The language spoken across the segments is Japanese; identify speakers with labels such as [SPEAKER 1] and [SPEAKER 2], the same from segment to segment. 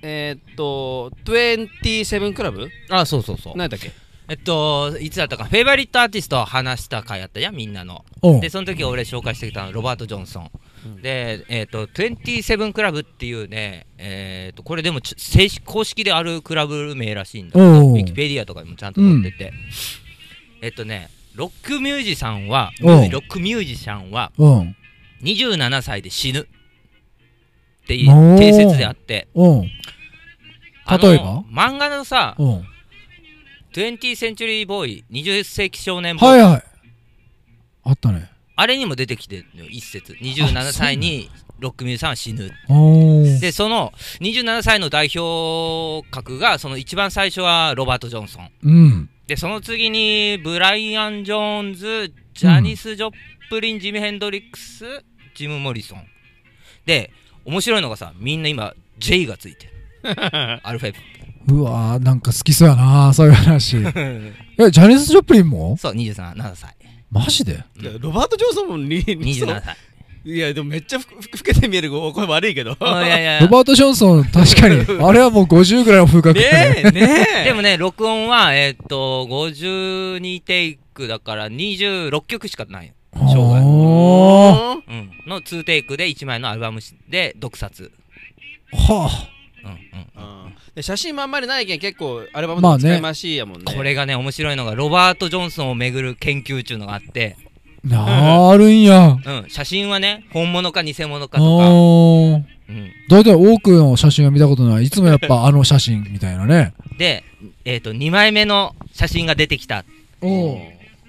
[SPEAKER 1] えーっと27クラブ
[SPEAKER 2] あそうそうそう
[SPEAKER 1] 何やったっけ
[SPEAKER 2] えっといつだったかフェイバリットアーティストを話した回やったやんみんなの
[SPEAKER 3] おう
[SPEAKER 2] でその時俺紹介してきたのロバート・ジョンソン、
[SPEAKER 1] うん
[SPEAKER 2] でえっと27クラブっていうねえっとこれでもち正式公式であるクラブ名らしいんだけど
[SPEAKER 3] おう
[SPEAKER 2] ウィキペディアとかにもちゃんと載ってて、えっとねロックミュージシャンはロ
[SPEAKER 3] おう
[SPEAKER 2] ックミュージシャンは
[SPEAKER 3] うん
[SPEAKER 2] 27歳で死ぬっていう定説であって
[SPEAKER 3] うん
[SPEAKER 2] あの
[SPEAKER 3] 例えば
[SPEAKER 2] 漫画のさ
[SPEAKER 3] うん
[SPEAKER 2] 20センチュリーボーイ20世紀少年ボーイ
[SPEAKER 3] はいはいあったね
[SPEAKER 2] あれにも出てきてるのよ一節27歳にロックミュージシャンは死ぬ
[SPEAKER 3] おー
[SPEAKER 2] でその27歳の代表格がその一番最初はロバート・ジョンソン
[SPEAKER 3] うん
[SPEAKER 2] でその次にブライアン・ジョーンズジャニス・ジョップリンジム・ヘンドリックスジム・モリソンで面白いのがさみんな今 J がついて るアルファベッ
[SPEAKER 3] うわーなんか好きそうやなそういう 話え
[SPEAKER 2] ト
[SPEAKER 3] ジャニス・ジョプリンも
[SPEAKER 2] そう27歳
[SPEAKER 3] マジで
[SPEAKER 2] うん
[SPEAKER 1] ロバート・ジョンソンもに
[SPEAKER 2] 27歳
[SPEAKER 1] いやでもめっちゃふふ老けて見えるお声悪い けど
[SPEAKER 2] いやいや
[SPEAKER 3] ロバート・ジョンソン確 かにあれはもう50ぐらいの風格
[SPEAKER 1] ねえねえ
[SPEAKER 2] でもね、録音は、えーっと、52テイクだから26曲しかない。障害
[SPEAKER 3] おー
[SPEAKER 2] うん。の2テイクで1枚のアルバムで独撮。
[SPEAKER 3] は
[SPEAKER 2] う
[SPEAKER 3] あ
[SPEAKER 2] んうん。
[SPEAKER 1] うんで写真もあんまりないけん結構アルバムの使い回しやもんね,、
[SPEAKER 2] これがね、面白いのが、ロバート・ジョンソンをめぐる研究中のがあって、
[SPEAKER 3] なあるんや
[SPEAKER 2] うん。写真はね、本物か偽物かとか、
[SPEAKER 3] おー
[SPEAKER 2] うん。
[SPEAKER 3] 大体多くの写真を見たことないいつもやっぱあの写真みたいなね
[SPEAKER 2] で、えーっと、2枚目の写真が出てきた。
[SPEAKER 3] お
[SPEAKER 1] うん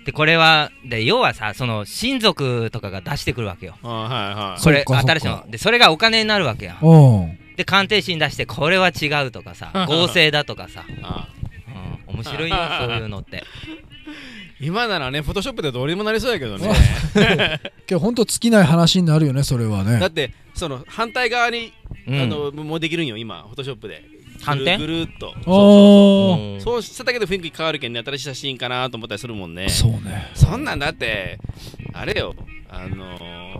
[SPEAKER 2] で、これは、で、要はさ、その、親族とかが出してくるわけよ。
[SPEAKER 1] あはいはい
[SPEAKER 2] これ、
[SPEAKER 3] そっかそっか
[SPEAKER 2] 新しいの。で、それがお金になるわけやん。
[SPEAKER 3] お
[SPEAKER 2] で鑑定士に出してこれは違うとかさ合成だとかさ、
[SPEAKER 1] あ
[SPEAKER 2] うん、面白いよそういうのって
[SPEAKER 1] 今ならねフォトショップでどうにもなりそうやけどね
[SPEAKER 3] 今日ほんと尽きない話になるよねそれは
[SPEAKER 1] だ
[SPEAKER 3] ね
[SPEAKER 1] ってその反対側に、
[SPEAKER 2] うん
[SPEAKER 1] あのもうできるんよ今フォトショップで
[SPEAKER 2] 反転
[SPEAKER 1] ぐるぐるっと
[SPEAKER 3] おー
[SPEAKER 2] うん
[SPEAKER 1] そうしただけど雰囲気変わるけんね新しい写真かなと思ったりするもんね
[SPEAKER 3] そうね
[SPEAKER 1] そんなんだってあれよあのー、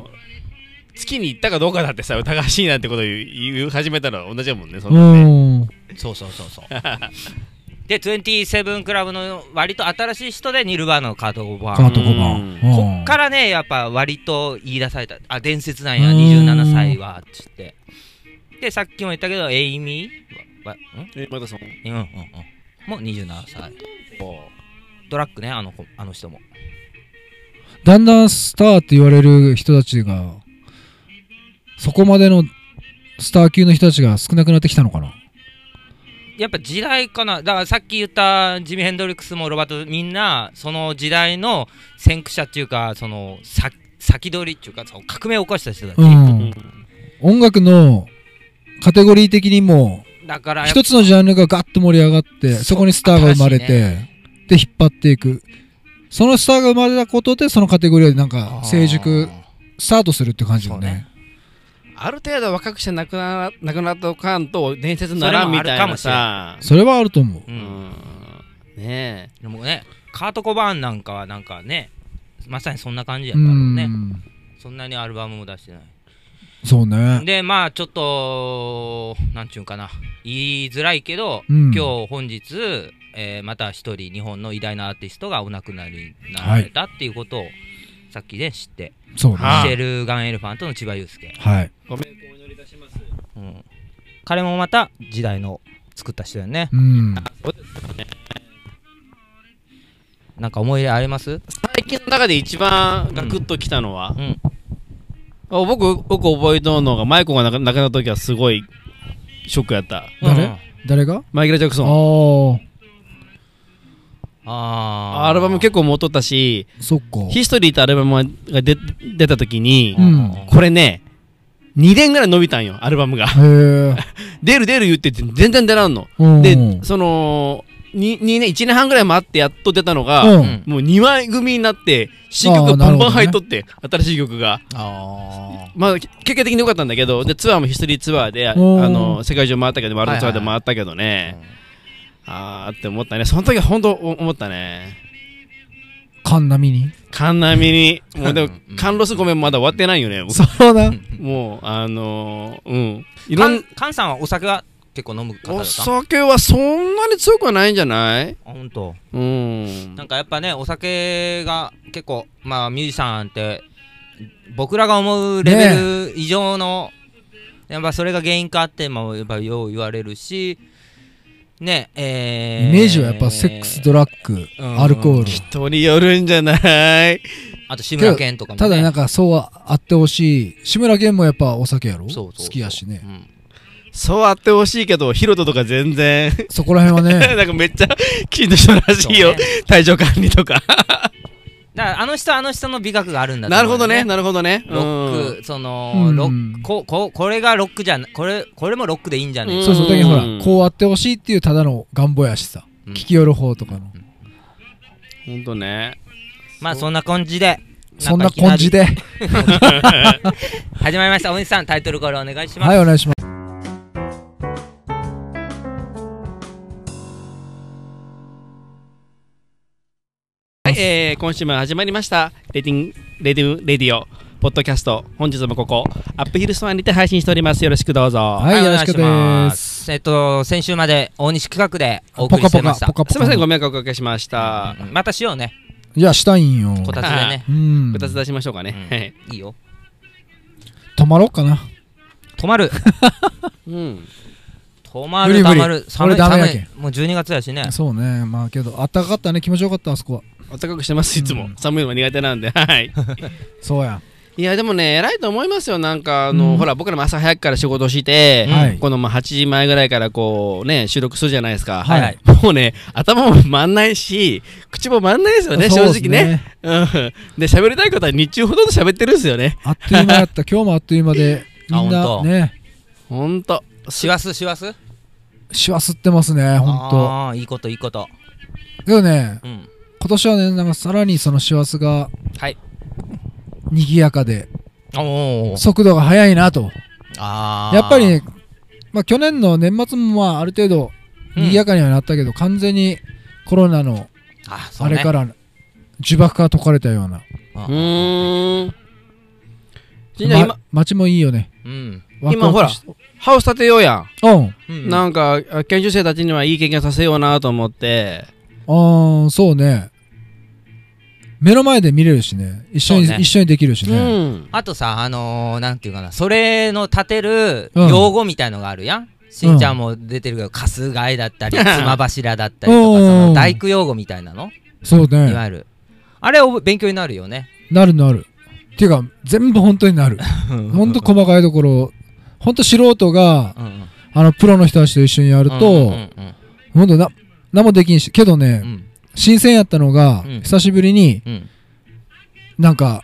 [SPEAKER 1] 月に行ったかどうかだってさ疑わしいなんてこと言う言う始めたら同じやもんねそん
[SPEAKER 3] う
[SPEAKER 1] なんね
[SPEAKER 3] ん
[SPEAKER 2] そうそうそうそう で27クラブの割と新しい人でニルバーナのカート・コバ
[SPEAKER 3] カ
[SPEAKER 2] ー
[SPEAKER 3] ー
[SPEAKER 2] ン
[SPEAKER 3] ト5番
[SPEAKER 1] うん
[SPEAKER 2] こっかららねやっぱ割と言い出されたあ伝説なんや
[SPEAKER 3] うん
[SPEAKER 2] 27歳はっつってでさっきも言ったけどエイミーわわん
[SPEAKER 1] えまたその
[SPEAKER 2] うんうんうんもう27歳ドラッグねあの子あの人も
[SPEAKER 3] だんだんスターって言われる人たちがそこまでのスター級の人たちが少なくなってきたのかな
[SPEAKER 2] やっぱ時代かなだからさっき言ったジミ・ヘンドリックスもロバートみんなその時代の先駆者っていうかそのさ先取りっていうかその革命を起こした人たち、
[SPEAKER 3] うん音楽のカテゴリー的にも
[SPEAKER 2] だからやっぱ
[SPEAKER 3] 一つのジャンルがガッと盛り上がって
[SPEAKER 2] そう
[SPEAKER 3] そこにスターが生まれて、で引っ張っていくそのスターが生まれたことでそのカテゴリーでなんか成熟スタートするって感じだね
[SPEAKER 1] ある程度若くして亡くな亡くなったおかんと伝説にならんみたいなさ
[SPEAKER 3] それはあると思う
[SPEAKER 2] う
[SPEAKER 1] うんんね
[SPEAKER 2] でもねカート・コバーンなんかはなんかねまさにそんな感じやっ
[SPEAKER 3] う
[SPEAKER 2] たろうね
[SPEAKER 3] ん
[SPEAKER 2] そんなにアルバムも出してない
[SPEAKER 3] そうね
[SPEAKER 2] でまあちょっとなんちゅうんかな言いづらいけど、
[SPEAKER 3] うん
[SPEAKER 2] 今日本日、えーまた一人日本の偉大なアーティストがお亡くなりになられたっていうことを、さっきね知って
[SPEAKER 3] そうね
[SPEAKER 1] はあ
[SPEAKER 2] シェルガンエレファントの千葉雄介、
[SPEAKER 3] はい
[SPEAKER 2] うん、彼もまた時代の作った人だよね
[SPEAKER 3] うん
[SPEAKER 2] なんか思い入れあります
[SPEAKER 1] 最近の中で一番ガクッときたのは
[SPEAKER 2] う、ん
[SPEAKER 1] あ僕僕覚えとんのがマイコが亡く亡くなった時はすごいショックやった
[SPEAKER 3] 誰
[SPEAKER 2] うん
[SPEAKER 3] 誰が
[SPEAKER 1] マイケル・ジャク
[SPEAKER 3] ああ
[SPEAKER 1] ソン
[SPEAKER 2] あー
[SPEAKER 1] アルバム結構持っとったし
[SPEAKER 3] そっか
[SPEAKER 1] 「ヒストリー」ってアルバムが出出た時に、
[SPEAKER 3] うん
[SPEAKER 1] これね2年ぐらい伸びたんよアルバムが
[SPEAKER 3] へえ
[SPEAKER 1] 出る出る言ってて全然出らんの
[SPEAKER 3] うん
[SPEAKER 1] で
[SPEAKER 3] うん
[SPEAKER 1] そのににね1年半ぐらい待ってやっと出たのが、
[SPEAKER 3] うん
[SPEAKER 1] もう2枚組になって新曲がバンバン入っとって、新しい曲が
[SPEAKER 2] あ
[SPEAKER 1] まあけ結果的に良かったんだけどでツアーもヒストリーツアーであ
[SPEAKER 3] おー
[SPEAKER 1] の世界中回ったけどワールドツアーで回ったけど
[SPEAKER 2] ー
[SPEAKER 1] ね、あーって思ったねその時は本当お思ったね
[SPEAKER 3] カンナミに
[SPEAKER 1] カンナミにもうでも
[SPEAKER 2] うん
[SPEAKER 1] カンロスごめんまだ終わってないよね僕
[SPEAKER 3] そうだ
[SPEAKER 2] うん
[SPEAKER 1] もうあのーうんいろ
[SPEAKER 2] カン
[SPEAKER 1] ん
[SPEAKER 2] カンさんはお酒は結構飲む方だ
[SPEAKER 1] お
[SPEAKER 2] ったあ
[SPEAKER 1] 酒はそんなに強くはないんじゃない
[SPEAKER 2] 本当。
[SPEAKER 1] うん
[SPEAKER 2] なんかやっぱねお酒が結構まあミュージシャンって僕らが思うレベル以上の、やっぱそれが原因かってもやっぱよう言われるしねえー
[SPEAKER 3] イメージはやっぱセックスドラッグ、
[SPEAKER 2] うん
[SPEAKER 3] アルコール
[SPEAKER 1] 人によるんじゃない
[SPEAKER 2] あと志村けんとかも、ね、
[SPEAKER 3] ただなん
[SPEAKER 2] か
[SPEAKER 3] かそうはあってほしい志村けんもやっぱお酒やろ
[SPEAKER 2] そうそうそう
[SPEAKER 3] 好きやしね
[SPEAKER 1] そうあってほしいけどヒロトとか全然
[SPEAKER 3] そこら辺は ね
[SPEAKER 1] なんかめっちゃキリンとしたらしいよ、体調管理とか
[SPEAKER 2] だからあの人あの人の美学があるんだと
[SPEAKER 1] なるほ
[SPEAKER 2] 思うよ
[SPEAKER 1] どねなるほどね
[SPEAKER 2] ロックその、
[SPEAKER 3] うん
[SPEAKER 2] ロックこここれがロックじゃなこれこれもロックでいいんじゃねえ
[SPEAKER 1] ん
[SPEAKER 2] か
[SPEAKER 3] そうそうだけどほら
[SPEAKER 1] うん
[SPEAKER 3] こうあってほしいっていうただの願望やしさ
[SPEAKER 2] うん
[SPEAKER 3] 聞き寄る方とかの
[SPEAKER 1] うんほんとね
[SPEAKER 2] まあそんな感じで
[SPEAKER 3] そんな感じ で
[SPEAKER 2] 始まりましたお兄さんタイトルコールお願いします、
[SPEAKER 3] はいお願いします
[SPEAKER 1] はい、えー、今週も始まりましたレディンレディレディオポッドキャスト本日もここアップヒルスワンにて配信しておりますよろしくどうぞ、
[SPEAKER 3] はいよろしく
[SPEAKER 2] お願
[SPEAKER 3] で
[SPEAKER 2] いしますすえっと先週まで大西企画でお送
[SPEAKER 3] ポ
[SPEAKER 2] り
[SPEAKER 3] カ
[SPEAKER 2] して
[SPEAKER 3] ポ
[SPEAKER 2] ま
[SPEAKER 3] カ
[SPEAKER 2] した
[SPEAKER 3] ポカポ
[SPEAKER 1] すいません
[SPEAKER 3] カ
[SPEAKER 1] ご迷惑をおかけしました、
[SPEAKER 2] うんまたしようね
[SPEAKER 3] いやしたいんよ
[SPEAKER 2] こたつでね、
[SPEAKER 3] うん
[SPEAKER 1] こたつ出しましょうかね、
[SPEAKER 2] うんいいよ
[SPEAKER 3] 泊まろうかな
[SPEAKER 2] 止まる
[SPEAKER 1] うん、
[SPEAKER 2] 止まる
[SPEAKER 3] 無理無
[SPEAKER 2] 止
[SPEAKER 3] 理
[SPEAKER 2] まる寒い
[SPEAKER 3] 俺ダメ
[SPEAKER 2] 寒
[SPEAKER 3] やけん
[SPEAKER 2] いもう12月やしね
[SPEAKER 3] そうねまあけどあったかかったね気持ちよかったあそこは
[SPEAKER 1] お高くしてますいつも、
[SPEAKER 3] うん
[SPEAKER 1] 寒いのは苦手なんではい
[SPEAKER 3] そうや
[SPEAKER 1] いやでもね偉いと思いますよなんかあの、
[SPEAKER 3] うん
[SPEAKER 1] ほら僕らも朝早くから仕事して、
[SPEAKER 2] うん
[SPEAKER 3] はい
[SPEAKER 1] このまあ8時前ぐらいからこうね収録するじゃないですか、
[SPEAKER 3] はい
[SPEAKER 2] はい
[SPEAKER 1] もうね頭も回んないし口も回んないですよね
[SPEAKER 3] そう
[SPEAKER 1] 正
[SPEAKER 3] っす
[SPEAKER 1] 直ねうんで喋りたいことは日中ほとんど喋ってるんですよね
[SPEAKER 3] あっという間や った今日もあっという間で
[SPEAKER 2] あ
[SPEAKER 3] みん
[SPEAKER 2] ほん
[SPEAKER 3] な
[SPEAKER 2] と
[SPEAKER 3] ね
[SPEAKER 1] ほんと
[SPEAKER 2] 師走師走
[SPEAKER 3] シワ吸ってますねほんと
[SPEAKER 2] ああいいこといいこと
[SPEAKER 3] でもね
[SPEAKER 2] うん
[SPEAKER 3] 今年はねなんかさらにその師走が
[SPEAKER 2] はい
[SPEAKER 3] 賑やかで
[SPEAKER 2] おお
[SPEAKER 3] 速度が速いなと
[SPEAKER 2] ああ
[SPEAKER 3] やっぱりね、まあ、去年の年末もまあある程度賑やかにはなったけど、完全にコロナの
[SPEAKER 2] あそ
[SPEAKER 3] あ
[SPEAKER 2] うね
[SPEAKER 3] れから、呪縛から解かれたような
[SPEAKER 2] あ
[SPEAKER 1] うーんじゃあ
[SPEAKER 3] ま
[SPEAKER 1] 今、
[SPEAKER 3] 街もいいよね
[SPEAKER 2] うん
[SPEAKER 3] ワク
[SPEAKER 1] 今ほ
[SPEAKER 3] ワ
[SPEAKER 1] ら
[SPEAKER 3] クし
[SPEAKER 1] ハウス建てようや
[SPEAKER 3] うん
[SPEAKER 2] うん
[SPEAKER 1] んなんかあ研修生たちにはいい経験させようなと思って
[SPEAKER 3] ああそうね目の前で見れるしね一緒に
[SPEAKER 2] そうね
[SPEAKER 3] 一緒にできるし
[SPEAKER 1] う
[SPEAKER 3] ね、
[SPEAKER 1] ん
[SPEAKER 2] あとさあのー、なんていうかなそれの立てる
[SPEAKER 3] うん
[SPEAKER 2] 用語みたいのがあるやん、しんちゃんも出てるけど、かすがいだったり、つま柱だったりと
[SPEAKER 3] う
[SPEAKER 2] か、
[SPEAKER 3] ん
[SPEAKER 2] その大工用語みたいなの、
[SPEAKER 3] そう
[SPEAKER 2] いわ
[SPEAKER 3] ね
[SPEAKER 2] ゆる。あれを勉強になるよね。
[SPEAKER 3] なるなるっていうか全部本当に なる
[SPEAKER 2] ほ
[SPEAKER 3] 本当細かいところ本当素人が
[SPEAKER 2] うんうん。
[SPEAKER 3] あのプロの人たちと一緒にやると、
[SPEAKER 2] うんうんうん
[SPEAKER 3] ほんとな何もできんしけどね、
[SPEAKER 2] うん
[SPEAKER 3] 新鮮やったのが、
[SPEAKER 2] うん
[SPEAKER 3] 久しぶりに
[SPEAKER 2] うん
[SPEAKER 3] なんか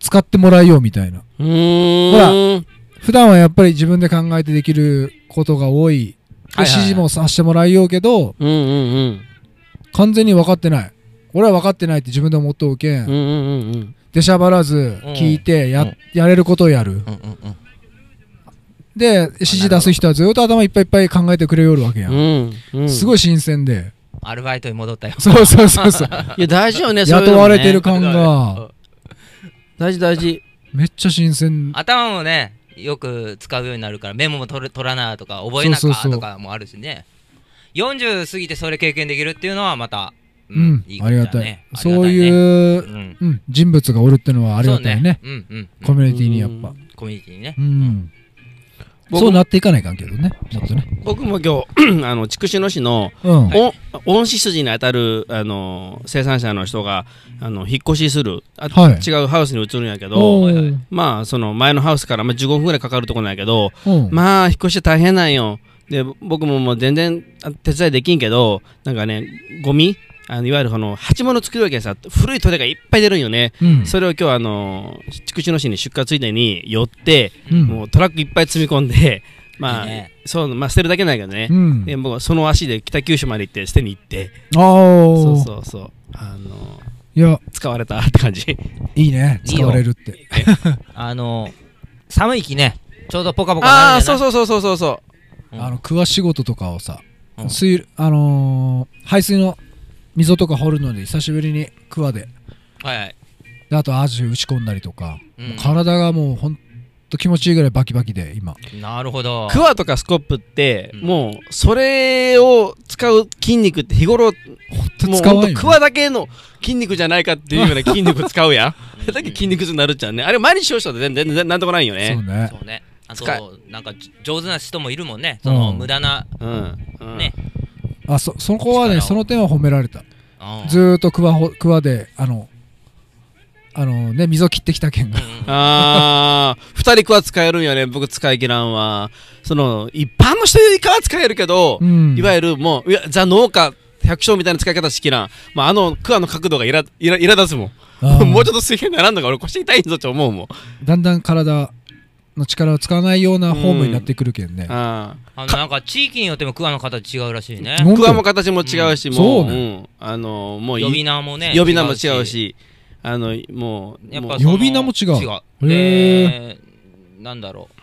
[SPEAKER 3] 使ってもらえようみたいな
[SPEAKER 1] うーん
[SPEAKER 3] ほら普段はやっぱり自分で考えてできることが多いで
[SPEAKER 2] はいはいはい
[SPEAKER 3] 指示もさせてもらえようけど
[SPEAKER 1] うんうんうん
[SPEAKER 3] 完全に分かってない俺は分かってないって自分で思っとうけ
[SPEAKER 1] う
[SPEAKER 3] ん、
[SPEAKER 1] んうんうん
[SPEAKER 3] 出しゃばらず
[SPEAKER 2] うん
[SPEAKER 3] 聞いてや,、
[SPEAKER 2] うん
[SPEAKER 3] やれることをやる
[SPEAKER 2] うんうんうん
[SPEAKER 3] で指示出す人はずっと頭いっぱいいっぱい考えてくれよるわけや、
[SPEAKER 1] うんんうん
[SPEAKER 3] す
[SPEAKER 1] い
[SPEAKER 3] ごい新鮮で
[SPEAKER 2] アルバイトに戻ったよ。
[SPEAKER 3] そうそうそうそう
[SPEAKER 1] いや大事よねそういうの
[SPEAKER 3] 雇
[SPEAKER 1] ね
[SPEAKER 3] われてる感が
[SPEAKER 1] 大事大事
[SPEAKER 3] めっちゃ新鮮
[SPEAKER 2] 頭もね、よく使うようになるから、メモも取る取らなとか、覚えな
[SPEAKER 3] そうそ
[SPEAKER 2] か
[SPEAKER 3] うそう
[SPEAKER 2] とかもあるしね。40過ぎてそれ経験できるっていうのは、また、
[SPEAKER 3] う
[SPEAKER 2] うん
[SPEAKER 3] ん、
[SPEAKER 2] いいこ
[SPEAKER 3] あ
[SPEAKER 2] と
[SPEAKER 3] り
[SPEAKER 2] だ
[SPEAKER 3] がたい
[SPEAKER 2] ねありがたいね
[SPEAKER 3] そういう、
[SPEAKER 2] うん
[SPEAKER 3] うん、人物がおるってのはありがたいね
[SPEAKER 2] そうねうんうんうん
[SPEAKER 3] コミュニティにやっぱ
[SPEAKER 2] コミュニティにね
[SPEAKER 3] うん、
[SPEAKER 1] 僕
[SPEAKER 3] そうなっていかないかんけどねもっとね
[SPEAKER 1] 僕も今日 あの筑紫野市の
[SPEAKER 3] うん、
[SPEAKER 1] お恩師筋に当たるあの生産者の人があの引っ越しするあ、
[SPEAKER 3] はい
[SPEAKER 1] 違うハウスに移るんやけど
[SPEAKER 3] お
[SPEAKER 2] はいはい
[SPEAKER 3] ー
[SPEAKER 1] まあその前のハウスから、まあ、15分ぐらいかかるとこなんやけど、
[SPEAKER 3] うん
[SPEAKER 1] まあ引っ越して大変なんよで僕ももう全然あ手伝いできんけどなんかねゴミあのいわゆるこの鉢物作るわけでさ古いトレがいっぱい出るんよね、
[SPEAKER 3] うん
[SPEAKER 1] それを今日あの筑紫野市に出荷ついでに寄って、
[SPEAKER 3] うん
[SPEAKER 1] もうトラックいっぱい積み込ん でまあ
[SPEAKER 2] いいね
[SPEAKER 1] そうまあ捨てるだけなんやけどね、
[SPEAKER 3] うん
[SPEAKER 1] で僕はその足で北九州まで行って捨てに行って
[SPEAKER 3] あー
[SPEAKER 1] そうそうそうあの
[SPEAKER 3] いや
[SPEAKER 1] 使われたって感じ
[SPEAKER 3] いいね
[SPEAKER 2] いいよ
[SPEAKER 3] 使われるって
[SPEAKER 2] あの寒い日ねちょうどポカポカな
[SPEAKER 1] ああ
[SPEAKER 2] るんじゃ
[SPEAKER 1] そう
[SPEAKER 2] ない
[SPEAKER 1] そうそうそうそうそ
[SPEAKER 2] うん
[SPEAKER 3] あの桑仕事とかをさ、
[SPEAKER 2] うん
[SPEAKER 3] 水あのー排水の溝とか掘るので久しぶりに桑で
[SPEAKER 2] はいはい
[SPEAKER 3] であとアジ打ち込んだりとか、
[SPEAKER 2] うん
[SPEAKER 3] 体がもうほんと気持ちいいぐらいバキバキで今
[SPEAKER 2] なるほど
[SPEAKER 1] クワとかスコップって、
[SPEAKER 2] うん
[SPEAKER 1] もうそれを使う筋肉って日頃
[SPEAKER 3] と
[SPEAKER 1] もう
[SPEAKER 3] 使わ
[SPEAKER 1] ほん
[SPEAKER 3] ない
[SPEAKER 1] と
[SPEAKER 3] よね
[SPEAKER 1] クワだけの筋肉じゃないかっていうぐらい筋肉使うやん
[SPEAKER 2] うん
[SPEAKER 1] だけ筋肉痛になるっちゃうねあれ毎日少々で全然全然なんともないよ
[SPEAKER 3] そ
[SPEAKER 1] ね
[SPEAKER 3] うね
[SPEAKER 2] そうねあと
[SPEAKER 1] 使
[SPEAKER 2] なんかじ上手な人もいるもんねその
[SPEAKER 3] うん
[SPEAKER 2] 無駄な、
[SPEAKER 1] うん、うん、
[SPEAKER 2] ね
[SPEAKER 3] あそそこは
[SPEAKER 2] 力
[SPEAKER 3] ね
[SPEAKER 2] を
[SPEAKER 3] その点は褒められた
[SPEAKER 2] うん
[SPEAKER 3] ずーっとクワほクワであのあのね溝切ってきた件
[SPEAKER 2] う
[SPEAKER 3] が
[SPEAKER 2] んうん
[SPEAKER 1] あー二人クワ使えるんよね僕使い切らんわその一般の人よりかは使えるけど、
[SPEAKER 3] うん
[SPEAKER 1] いわゆるもういやザ農家百姓みたいな使い方しきらん、まあ、あのクワの角度がいらいらいら立つもん
[SPEAKER 3] あー
[SPEAKER 1] もうちょっと水平にならんのか俺腰痛いぞって思うもん
[SPEAKER 3] だんだん体の力を使わないようなフォームになってくるけんね、
[SPEAKER 1] あー
[SPEAKER 2] あのなんか地域によってもクワの形違うらしいね
[SPEAKER 3] ほんと
[SPEAKER 1] クワも形も違うし、
[SPEAKER 3] うん
[SPEAKER 1] もう、
[SPEAKER 3] そう
[SPEAKER 1] う
[SPEAKER 3] ね
[SPEAKER 1] ん、あのもうい
[SPEAKER 2] 呼び名もね
[SPEAKER 1] 呼び名も違うし、あのもう
[SPEAKER 2] やっ
[SPEAKER 1] も
[SPEAKER 2] ぱ
[SPEAKER 1] う
[SPEAKER 2] その
[SPEAKER 3] 呼び名も違うへ
[SPEAKER 2] でなんだろう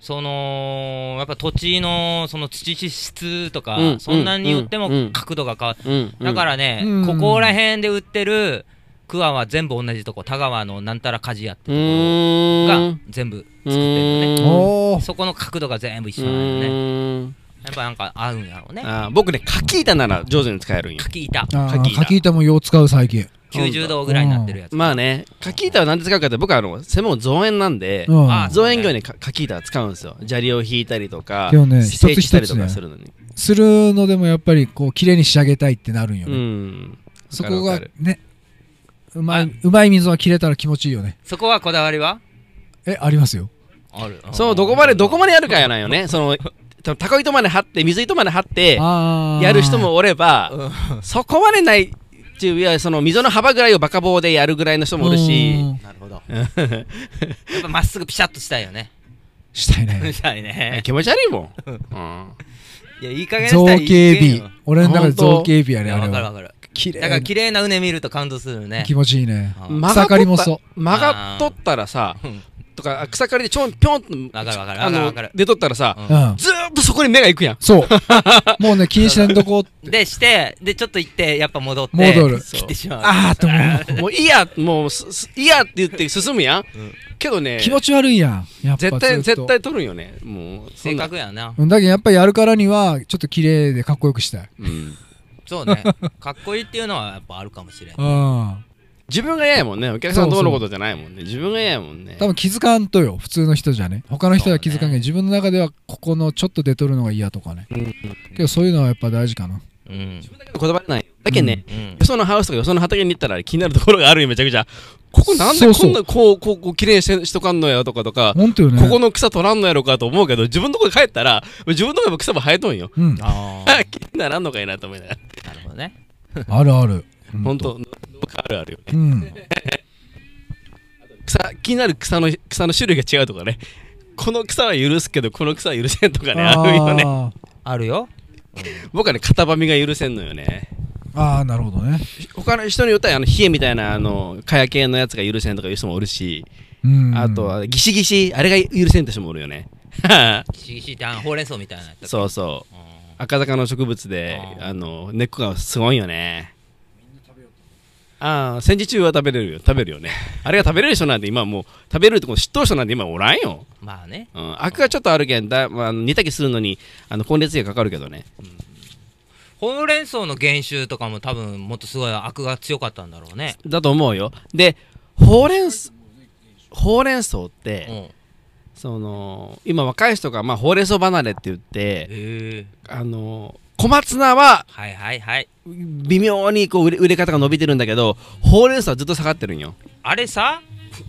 [SPEAKER 2] そのやっぱ土地のその土質とか、
[SPEAKER 1] うん
[SPEAKER 2] そんなんによって
[SPEAKER 1] うんう
[SPEAKER 2] も
[SPEAKER 1] ん
[SPEAKER 2] 角度が変わって、
[SPEAKER 1] うん、
[SPEAKER 2] だからね、
[SPEAKER 3] うん
[SPEAKER 2] ここら辺で売ってるクワは全部同じとこ田川のなんたら鍛冶屋って
[SPEAKER 1] う
[SPEAKER 2] いうとこ
[SPEAKER 1] ー
[SPEAKER 2] ろが
[SPEAKER 1] ん
[SPEAKER 2] 全部
[SPEAKER 1] う
[SPEAKER 2] 作ってるのね
[SPEAKER 1] ーん
[SPEAKER 3] おー
[SPEAKER 2] そこの角度が全部一
[SPEAKER 1] う
[SPEAKER 2] 緒なんだよね
[SPEAKER 1] ーん
[SPEAKER 2] やっぱなんか合うんやろうね
[SPEAKER 1] あー僕ね柿板なら上手に使えるんよ
[SPEAKER 2] 柿板
[SPEAKER 3] あ
[SPEAKER 1] 柿
[SPEAKER 3] ー
[SPEAKER 1] 板
[SPEAKER 3] 柿板もよう使う最近
[SPEAKER 2] 90度ぐらいになってるやつ、
[SPEAKER 1] まあね柿板は何で使うかって僕はあの専門造園なんで
[SPEAKER 3] うん
[SPEAKER 2] あ
[SPEAKER 1] 造園業にか柿板は使うんですよ砂利を引いたりとか
[SPEAKER 3] でもね
[SPEAKER 1] 整地したりと
[SPEAKER 3] 一つ
[SPEAKER 1] か
[SPEAKER 3] 一つね
[SPEAKER 1] するのに、
[SPEAKER 3] するのでもやっぱりこう綺麗に仕上げたいってなるんよ
[SPEAKER 1] う
[SPEAKER 3] ね、
[SPEAKER 1] ん
[SPEAKER 3] そこ
[SPEAKER 1] わ
[SPEAKER 3] が
[SPEAKER 1] かる
[SPEAKER 3] ねうま
[SPEAKER 2] あ
[SPEAKER 3] いうまい水は切れたら気持ちいいよね
[SPEAKER 2] そこはこだわりは
[SPEAKER 3] えありますよ
[SPEAKER 2] ある
[SPEAKER 1] そうどこまでどこまでやるかやないよねそのた高い糸まで張って水糸まで張って
[SPEAKER 3] あー
[SPEAKER 1] やる人もおれば、そこまでないっていういやその溝の幅ぐらいをバカ棒でやるぐらいの人もおるし、
[SPEAKER 3] うん
[SPEAKER 2] なる ほどやっぱまっすぐピシャッとしたいよね
[SPEAKER 3] した いね
[SPEAKER 2] したいね
[SPEAKER 1] 気持ち悪いもん、うん
[SPEAKER 2] いやいい加減した
[SPEAKER 3] 造
[SPEAKER 2] らいい
[SPEAKER 3] 形美
[SPEAKER 2] よ
[SPEAKER 3] 俺の中で造形美や
[SPEAKER 2] い
[SPEAKER 3] ね
[SPEAKER 2] や
[SPEAKER 3] あれ
[SPEAKER 2] わかる
[SPEAKER 3] は
[SPEAKER 2] わかる
[SPEAKER 3] 綺
[SPEAKER 2] だから
[SPEAKER 3] 麗
[SPEAKER 2] 綺麗な畝見ると感動するよね
[SPEAKER 3] 気持ちいいね
[SPEAKER 2] あ
[SPEAKER 1] 曲
[SPEAKER 3] 草刈りも
[SPEAKER 1] 取っ
[SPEAKER 3] そ
[SPEAKER 1] た曲が取ったらさ
[SPEAKER 2] うん
[SPEAKER 1] とか草刈りでちょんぴょんと
[SPEAKER 2] わかるわかる
[SPEAKER 1] あ
[SPEAKER 2] わかる
[SPEAKER 1] の
[SPEAKER 2] わかる
[SPEAKER 1] 出とったらさ、
[SPEAKER 2] うん
[SPEAKER 3] ううん
[SPEAKER 1] ずーっとそこに目がいくやん
[SPEAKER 3] そうもうね気にしないとこ
[SPEAKER 2] でしてでちょっと行ってやっぱ戻って
[SPEAKER 3] 戻る
[SPEAKER 2] 切ってしまう
[SPEAKER 3] あーって思
[SPEAKER 1] もういいやもうすすいいやって言って進むやん、
[SPEAKER 2] ん
[SPEAKER 1] けどね
[SPEAKER 3] う気持ち悪いやんやっぱ
[SPEAKER 1] 絶対
[SPEAKER 3] ずっと
[SPEAKER 1] 絶対取るんよねもうそ
[SPEAKER 2] 性
[SPEAKER 1] んな
[SPEAKER 2] 格やな
[SPEAKER 3] うんだけどやっぱりやるからにはちょっと綺麗でかっこよくしたい
[SPEAKER 1] うん
[SPEAKER 2] そう ねかっこいいっていうのはやっぱあるかもしれん
[SPEAKER 3] うん多
[SPEAKER 1] 自分が嫌やもんねお客さんどうのことじゃないもんね自分が嫌やもんね
[SPEAKER 3] 分気づかんとよ普通の人じゃね他の人は気づかんけど自分の中ではここのちょっと出とるのが嫌とかねけどそういうのはやっぱ大事かな
[SPEAKER 2] うん
[SPEAKER 1] こだわれないだけね、
[SPEAKER 2] うん
[SPEAKER 1] よそのハウスとかよその畑に行ったら気になるところがあるよめちゃくちゃここなんで
[SPEAKER 3] そう
[SPEAKER 1] こ
[SPEAKER 3] そうん
[SPEAKER 1] なこうこうこう綺麗にしてしとかんのやとかとか、
[SPEAKER 3] 本当よね
[SPEAKER 1] ここの草取らんのやろかと思うけど自分のとこに帰ったら自分のとこにも草も生えとんよ
[SPEAKER 3] うん
[SPEAKER 2] ああ
[SPEAKER 1] 気にならんのかいなと思いながら
[SPEAKER 2] なるほどね
[SPEAKER 3] あるある
[SPEAKER 1] 本当農家あるあるよね
[SPEAKER 3] うん
[SPEAKER 1] 草気になる草の草の種類が違うとかねこの草は許すけどこの草は許せんとかねあるよね
[SPEAKER 3] あー
[SPEAKER 2] あるよ
[SPEAKER 1] 僕はね型紙が許せんのよね
[SPEAKER 3] あーなるほどね
[SPEAKER 1] 他の人によってはあの冷えみたいなあの蚊帳系のやつが許せんとかいう人もおるし、
[SPEAKER 3] うん
[SPEAKER 1] あとはギシギシあれが許せんって人もおるよね
[SPEAKER 2] しぎしってあのほうれん草みたいなやつ
[SPEAKER 1] そうそう
[SPEAKER 2] うん
[SPEAKER 1] 赤坂の植物で
[SPEAKER 2] あー
[SPEAKER 1] あの根っこがすごいよねああ戦時中は食べれるよ食べるよねあれが食べれる人なんて今もう食べれるとこ嫉妬人なんて今おらんよ、
[SPEAKER 2] まあね
[SPEAKER 1] うん、アクがちょっとあるけんだ、まああの、煮炊きするのにあの根列がかかるけどね
[SPEAKER 2] ほうれん草の原種とかも多分もっとすごい悪が強かったんだろうね
[SPEAKER 1] だと思うよでほうれん草ほうれん草って、
[SPEAKER 2] うん
[SPEAKER 1] その今若い人が、まあ、ほうれん草離れって言って
[SPEAKER 2] へえ
[SPEAKER 1] あの小松菜は
[SPEAKER 2] はいはいはい
[SPEAKER 1] 微妙にこう売れ売れ方が伸びてるんだけどほうれん草はずっと下がってるんよ、
[SPEAKER 2] あれさ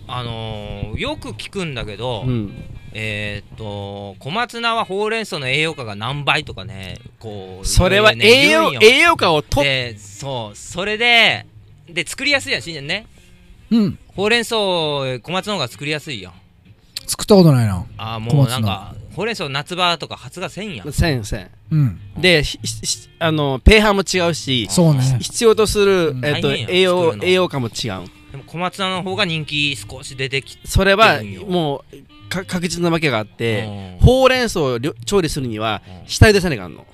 [SPEAKER 2] あのーよく聞くんだけど、
[SPEAKER 1] うん、
[SPEAKER 2] えーっと小松菜はほうれん草の栄養価が何倍とかねこう
[SPEAKER 1] それはい
[SPEAKER 2] ろいろね
[SPEAKER 1] 栄養、
[SPEAKER 2] 言うんよ
[SPEAKER 1] 栄養価をとっ
[SPEAKER 2] でそうそれでで作りやすいやんしんじゃんね
[SPEAKER 3] うん
[SPEAKER 2] ほうれん草小松の方が作りやすいやん
[SPEAKER 3] 作ったことないな
[SPEAKER 2] あー
[SPEAKER 3] 小
[SPEAKER 2] もう
[SPEAKER 3] 松
[SPEAKER 2] な
[SPEAKER 3] 菜
[SPEAKER 2] んかほうれん草夏場とか発芽せんやん
[SPEAKER 1] せんせん
[SPEAKER 3] うん
[SPEAKER 1] でひひあのペーハーも違うし
[SPEAKER 3] そうね
[SPEAKER 1] 必要とする
[SPEAKER 3] うん、
[SPEAKER 1] えっと
[SPEAKER 2] 大
[SPEAKER 1] 栄
[SPEAKER 2] 変や作
[SPEAKER 1] 養
[SPEAKER 2] るの
[SPEAKER 1] 栄養価も違う
[SPEAKER 2] でも小松菜の方が人気少し出てきて、
[SPEAKER 1] それは
[SPEAKER 2] 出るんよ
[SPEAKER 1] もうか確実なわけがあって
[SPEAKER 2] うん
[SPEAKER 1] ほうれん草をりょ調理するには
[SPEAKER 2] うん
[SPEAKER 1] 下茹でさねがあんの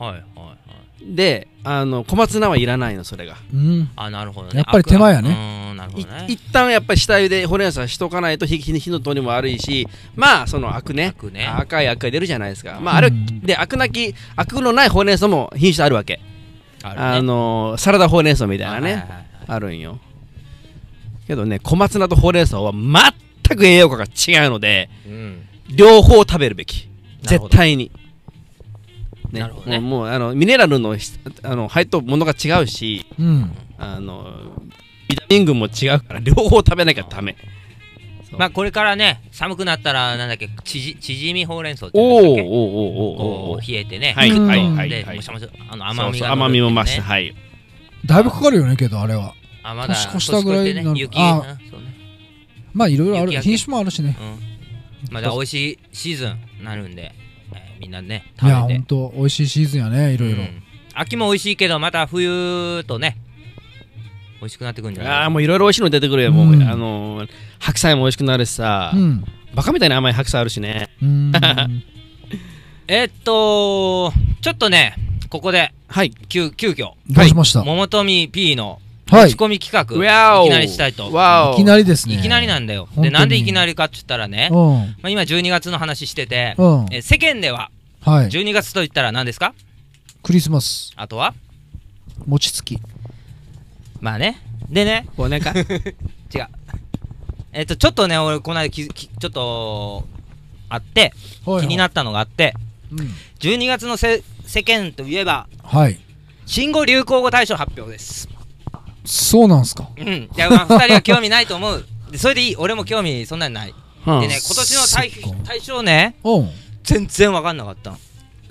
[SPEAKER 2] はいはいはい
[SPEAKER 1] であの小松菜はいらないのそれが、
[SPEAKER 3] うん
[SPEAKER 2] あなるほどね
[SPEAKER 3] やっぱり手前やね
[SPEAKER 2] アクアうーんなるほ
[SPEAKER 1] い
[SPEAKER 2] どね
[SPEAKER 1] 一旦やっぱり下茹でほうれん草しとかないと火火火の通りも悪いしまあそのアクね
[SPEAKER 2] アクね
[SPEAKER 1] 赤いアクが出るじゃないですかまああれは
[SPEAKER 3] うん
[SPEAKER 1] でアクなきアクのないほうれん草も品種あるわけ
[SPEAKER 2] あ
[SPEAKER 1] あのサラダほうれん草みたいなね、
[SPEAKER 2] はいはいはい
[SPEAKER 1] あるんよけどね小松菜とほうれん草は全く栄養価が違うので
[SPEAKER 2] うん
[SPEAKER 1] 両方食べるべき
[SPEAKER 2] なる
[SPEAKER 1] 絶
[SPEAKER 2] ほど
[SPEAKER 1] 対に
[SPEAKER 2] なるほどね
[SPEAKER 1] もうもうあのミネラルのしあの配当ものが違うし
[SPEAKER 3] うん
[SPEAKER 1] あのビタミン群も違うから両方食べなきゃダメそう
[SPEAKER 2] まあこれからね寒くなったらなんだっけちじちじみほうれん草ってい
[SPEAKER 1] お
[SPEAKER 2] うん
[SPEAKER 1] ーお
[SPEAKER 2] でし
[SPEAKER 1] ー
[SPEAKER 2] たっけ
[SPEAKER 1] おーおーおーお
[SPEAKER 2] こ
[SPEAKER 1] ー
[SPEAKER 2] う冷えてね
[SPEAKER 1] はい
[SPEAKER 2] グッと
[SPEAKER 3] はい
[SPEAKER 1] はい
[SPEAKER 2] で
[SPEAKER 1] はい
[SPEAKER 2] もしゃもしゃあの
[SPEAKER 1] そ
[SPEAKER 2] 甘
[SPEAKER 1] う
[SPEAKER 2] み
[SPEAKER 1] そう
[SPEAKER 2] が
[SPEAKER 1] 甘みも増して
[SPEAKER 2] ね
[SPEAKER 1] はい
[SPEAKER 3] だいぶかかるよねけどあれは
[SPEAKER 2] あまだ
[SPEAKER 3] 年越したぐらい
[SPEAKER 2] 年
[SPEAKER 3] なの
[SPEAKER 2] 越し越してね雪
[SPEAKER 3] あ
[SPEAKER 2] うんそうね
[SPEAKER 3] まあいろいろある
[SPEAKER 2] 雪明け
[SPEAKER 3] 品種もあるしね
[SPEAKER 2] うんまだ美味しいシーズンになるんでえーみんなね
[SPEAKER 3] いや
[SPEAKER 2] 食べ
[SPEAKER 3] ほ
[SPEAKER 2] て
[SPEAKER 3] んと美味しいシーズンやねいろいろ
[SPEAKER 2] うん秋も美味しいけどまた冬とね美味しくなってくるんじゃ
[SPEAKER 1] あ
[SPEAKER 2] な
[SPEAKER 1] あ
[SPEAKER 2] い
[SPEAKER 1] もういろいろ美味しいの出てくるよもう、
[SPEAKER 3] うん
[SPEAKER 1] あのー白菜も美味しくなるしさ、
[SPEAKER 3] うん
[SPEAKER 1] バカみたいな甘い白菜あるしね
[SPEAKER 3] うーん
[SPEAKER 2] えーっとちょっとねここで
[SPEAKER 1] はい
[SPEAKER 2] 急急遽
[SPEAKER 3] どうしました
[SPEAKER 2] 桃富 P の
[SPEAKER 3] は
[SPEAKER 2] 打
[SPEAKER 3] い
[SPEAKER 2] ち込み企画、
[SPEAKER 1] わお
[SPEAKER 2] いきなりしたいと
[SPEAKER 1] わお
[SPEAKER 3] いきなりですね
[SPEAKER 2] いきなりなんだよ
[SPEAKER 3] 本当
[SPEAKER 2] で
[SPEAKER 3] に
[SPEAKER 2] なんでいきなりかって言ったらね、
[SPEAKER 3] うん
[SPEAKER 2] まあ、今12月の話してて、
[SPEAKER 3] うん
[SPEAKER 2] え世間では
[SPEAKER 3] はい
[SPEAKER 2] 12月と言ったら何ですか
[SPEAKER 3] クリスマス
[SPEAKER 2] あとは
[SPEAKER 3] 餅つき
[SPEAKER 2] まあね でね
[SPEAKER 1] 忘年会
[SPEAKER 2] 違うえっとちょっとね俺この間ききちょっとあって気にな
[SPEAKER 3] っ
[SPEAKER 2] ったのがあって12月のせ世間といえば
[SPEAKER 3] はい
[SPEAKER 2] 新語・流行語大賞発表です
[SPEAKER 3] そうなんすか
[SPEAKER 2] うんいやまあ2人は興味ないと思うでそれでいい俺も興味そんなにない
[SPEAKER 1] うん
[SPEAKER 2] でね、今年の大
[SPEAKER 3] そっか
[SPEAKER 2] 大賞ね、
[SPEAKER 3] うん
[SPEAKER 2] 全然わかんなかったの。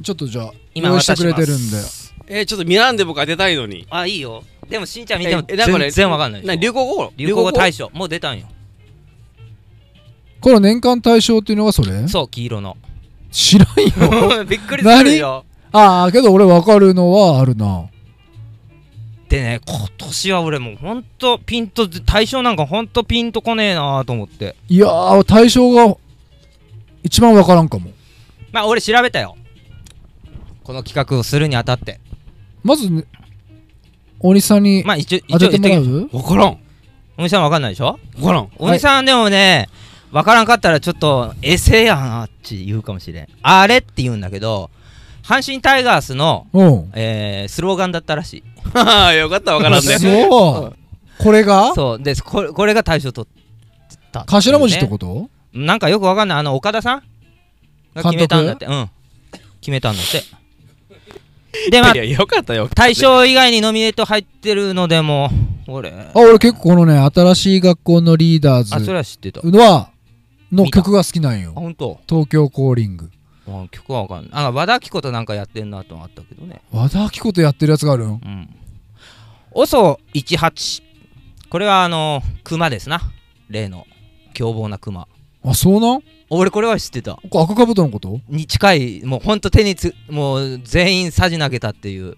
[SPEAKER 3] ちょっとじゃあ
[SPEAKER 2] 今
[SPEAKER 3] 用意してくれて
[SPEAKER 2] 渡
[SPEAKER 3] るん
[SPEAKER 2] し
[SPEAKER 3] で
[SPEAKER 2] ます
[SPEAKER 1] えーちょっとミランで僕当てたいのに
[SPEAKER 2] あ、いいよ。でも、しんちゃん見ても
[SPEAKER 1] ええだから
[SPEAKER 2] 全然わかんないでし
[SPEAKER 1] な
[SPEAKER 2] ょ。
[SPEAKER 1] 流行語
[SPEAKER 2] 流行語大賞、もう出たんよ。
[SPEAKER 3] この年間対象っていうのがそれ
[SPEAKER 2] そう、黄色の。
[SPEAKER 3] 知ら んよ
[SPEAKER 2] びっくりするよ。
[SPEAKER 3] ああけど俺わかるのはあるな
[SPEAKER 2] でね、今年は俺もうほんとピンと、大賞なんかほんとピンとこねえなーと思って。
[SPEAKER 3] いやー対象が一番わからんかも
[SPEAKER 2] まあ、俺調べたよ。この企画をするにあたって。
[SPEAKER 3] まずね大西さんに
[SPEAKER 2] まあ、一応、一応
[SPEAKER 3] 当ててもら
[SPEAKER 2] 言っとき
[SPEAKER 3] う
[SPEAKER 1] 分からん
[SPEAKER 2] おじさんわかんないでしょ
[SPEAKER 1] 分からん
[SPEAKER 2] おじさんでもね、わからんかったらちょっと、エセやなって言うかもしれん。あれって言うんだけど、阪神タイガースの、
[SPEAKER 3] うん
[SPEAKER 2] えースローガンだったらしい。
[SPEAKER 1] は はよかったわからんね
[SPEAKER 3] そうこれが
[SPEAKER 2] そう。で、これこれが大賞取ったっていうね、
[SPEAKER 3] 頭文字ってこと
[SPEAKER 2] なんかよくわかんない。あの、岡田さんが決めたんだって。うん。決めたんだって。で、まあ
[SPEAKER 1] い、やよかったよ
[SPEAKER 2] 大賞以外にノミネート入ってるのでも、俺、あ
[SPEAKER 3] あ、俺結構このね新しい学校のリーダーズ
[SPEAKER 2] それは知ってた。あ、
[SPEAKER 3] はの
[SPEAKER 2] 見た
[SPEAKER 3] 曲が好きなんよ
[SPEAKER 2] ほんと。
[SPEAKER 3] 東京コーリング
[SPEAKER 2] あ曲はわかんない。あ、和田アキ子となんかやってんなと思ったけどね。
[SPEAKER 3] 和田アキ子とやってるやつがあるん
[SPEAKER 2] うん。OSO18。これはあの、熊ですな。例の凶暴な熊。
[SPEAKER 3] あそうなん
[SPEAKER 2] 俺これは知ってた。
[SPEAKER 3] これ赤かぶとのこと
[SPEAKER 2] に近い、もうほんと手につ、もう全員さじ投げたっていう。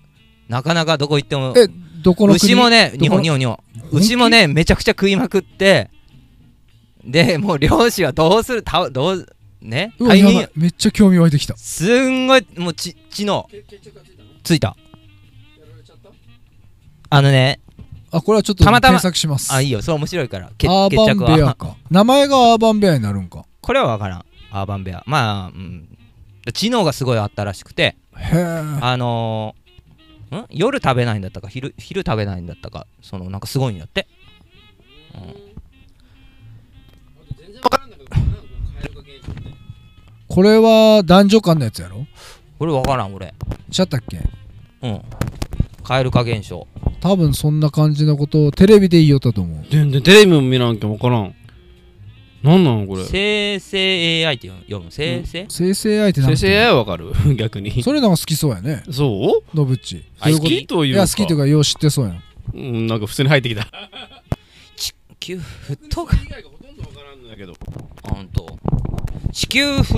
[SPEAKER 2] なかなかどこ行っても。
[SPEAKER 3] えどこの国
[SPEAKER 2] 牛もね、
[SPEAKER 3] どこ
[SPEAKER 2] 日本、日本、日本。
[SPEAKER 3] 本気
[SPEAKER 2] 牛もね、めちゃくちゃ食いまくって、で、もう漁師はどうする、たどう、ね、
[SPEAKER 3] うわ
[SPEAKER 2] 大
[SPEAKER 3] やば
[SPEAKER 2] 変よ
[SPEAKER 3] いめっちゃ興味湧いてきた
[SPEAKER 2] すんごいもうち知能ついたあのね
[SPEAKER 3] あこれはちょっと
[SPEAKER 2] たまたま
[SPEAKER 3] 検索します
[SPEAKER 2] あいいよそれ面白いからけ
[SPEAKER 3] ア
[SPEAKER 2] 決
[SPEAKER 3] ーバン
[SPEAKER 2] 着
[SPEAKER 3] ベア
[SPEAKER 2] は
[SPEAKER 3] か名前がアーバンベアになるんか
[SPEAKER 2] これは分からんアーバンベアまあ、うん、知能がすごいあったらしくて
[SPEAKER 3] へえ
[SPEAKER 2] あのーん夜食べないんだったか昼昼食べないんだったかそのなんかすごいんだって、
[SPEAKER 3] これは男女間のやつやろ
[SPEAKER 2] これ分からん俺
[SPEAKER 3] ちゃったっけ
[SPEAKER 2] うん蛙化現象
[SPEAKER 3] 多分そんな感じのことをテレビで言いよったと思う
[SPEAKER 1] 全然テレビも見らんけん分からんなんなのこれ
[SPEAKER 2] 生成 AI って読む読む生成、
[SPEAKER 3] 生成 AI ってなんだ
[SPEAKER 1] 先生はわかる 逆に
[SPEAKER 3] それなんか好きそうやね
[SPEAKER 1] そう
[SPEAKER 3] のぶっち
[SPEAKER 2] あ
[SPEAKER 1] 好きと
[SPEAKER 3] い
[SPEAKER 1] いうか
[SPEAKER 3] や好きというかよう知ってそうやん
[SPEAKER 1] うんなんか普通に入ってきた
[SPEAKER 2] 急沸騰か
[SPEAKER 1] だけど
[SPEAKER 2] 本当。地球ふ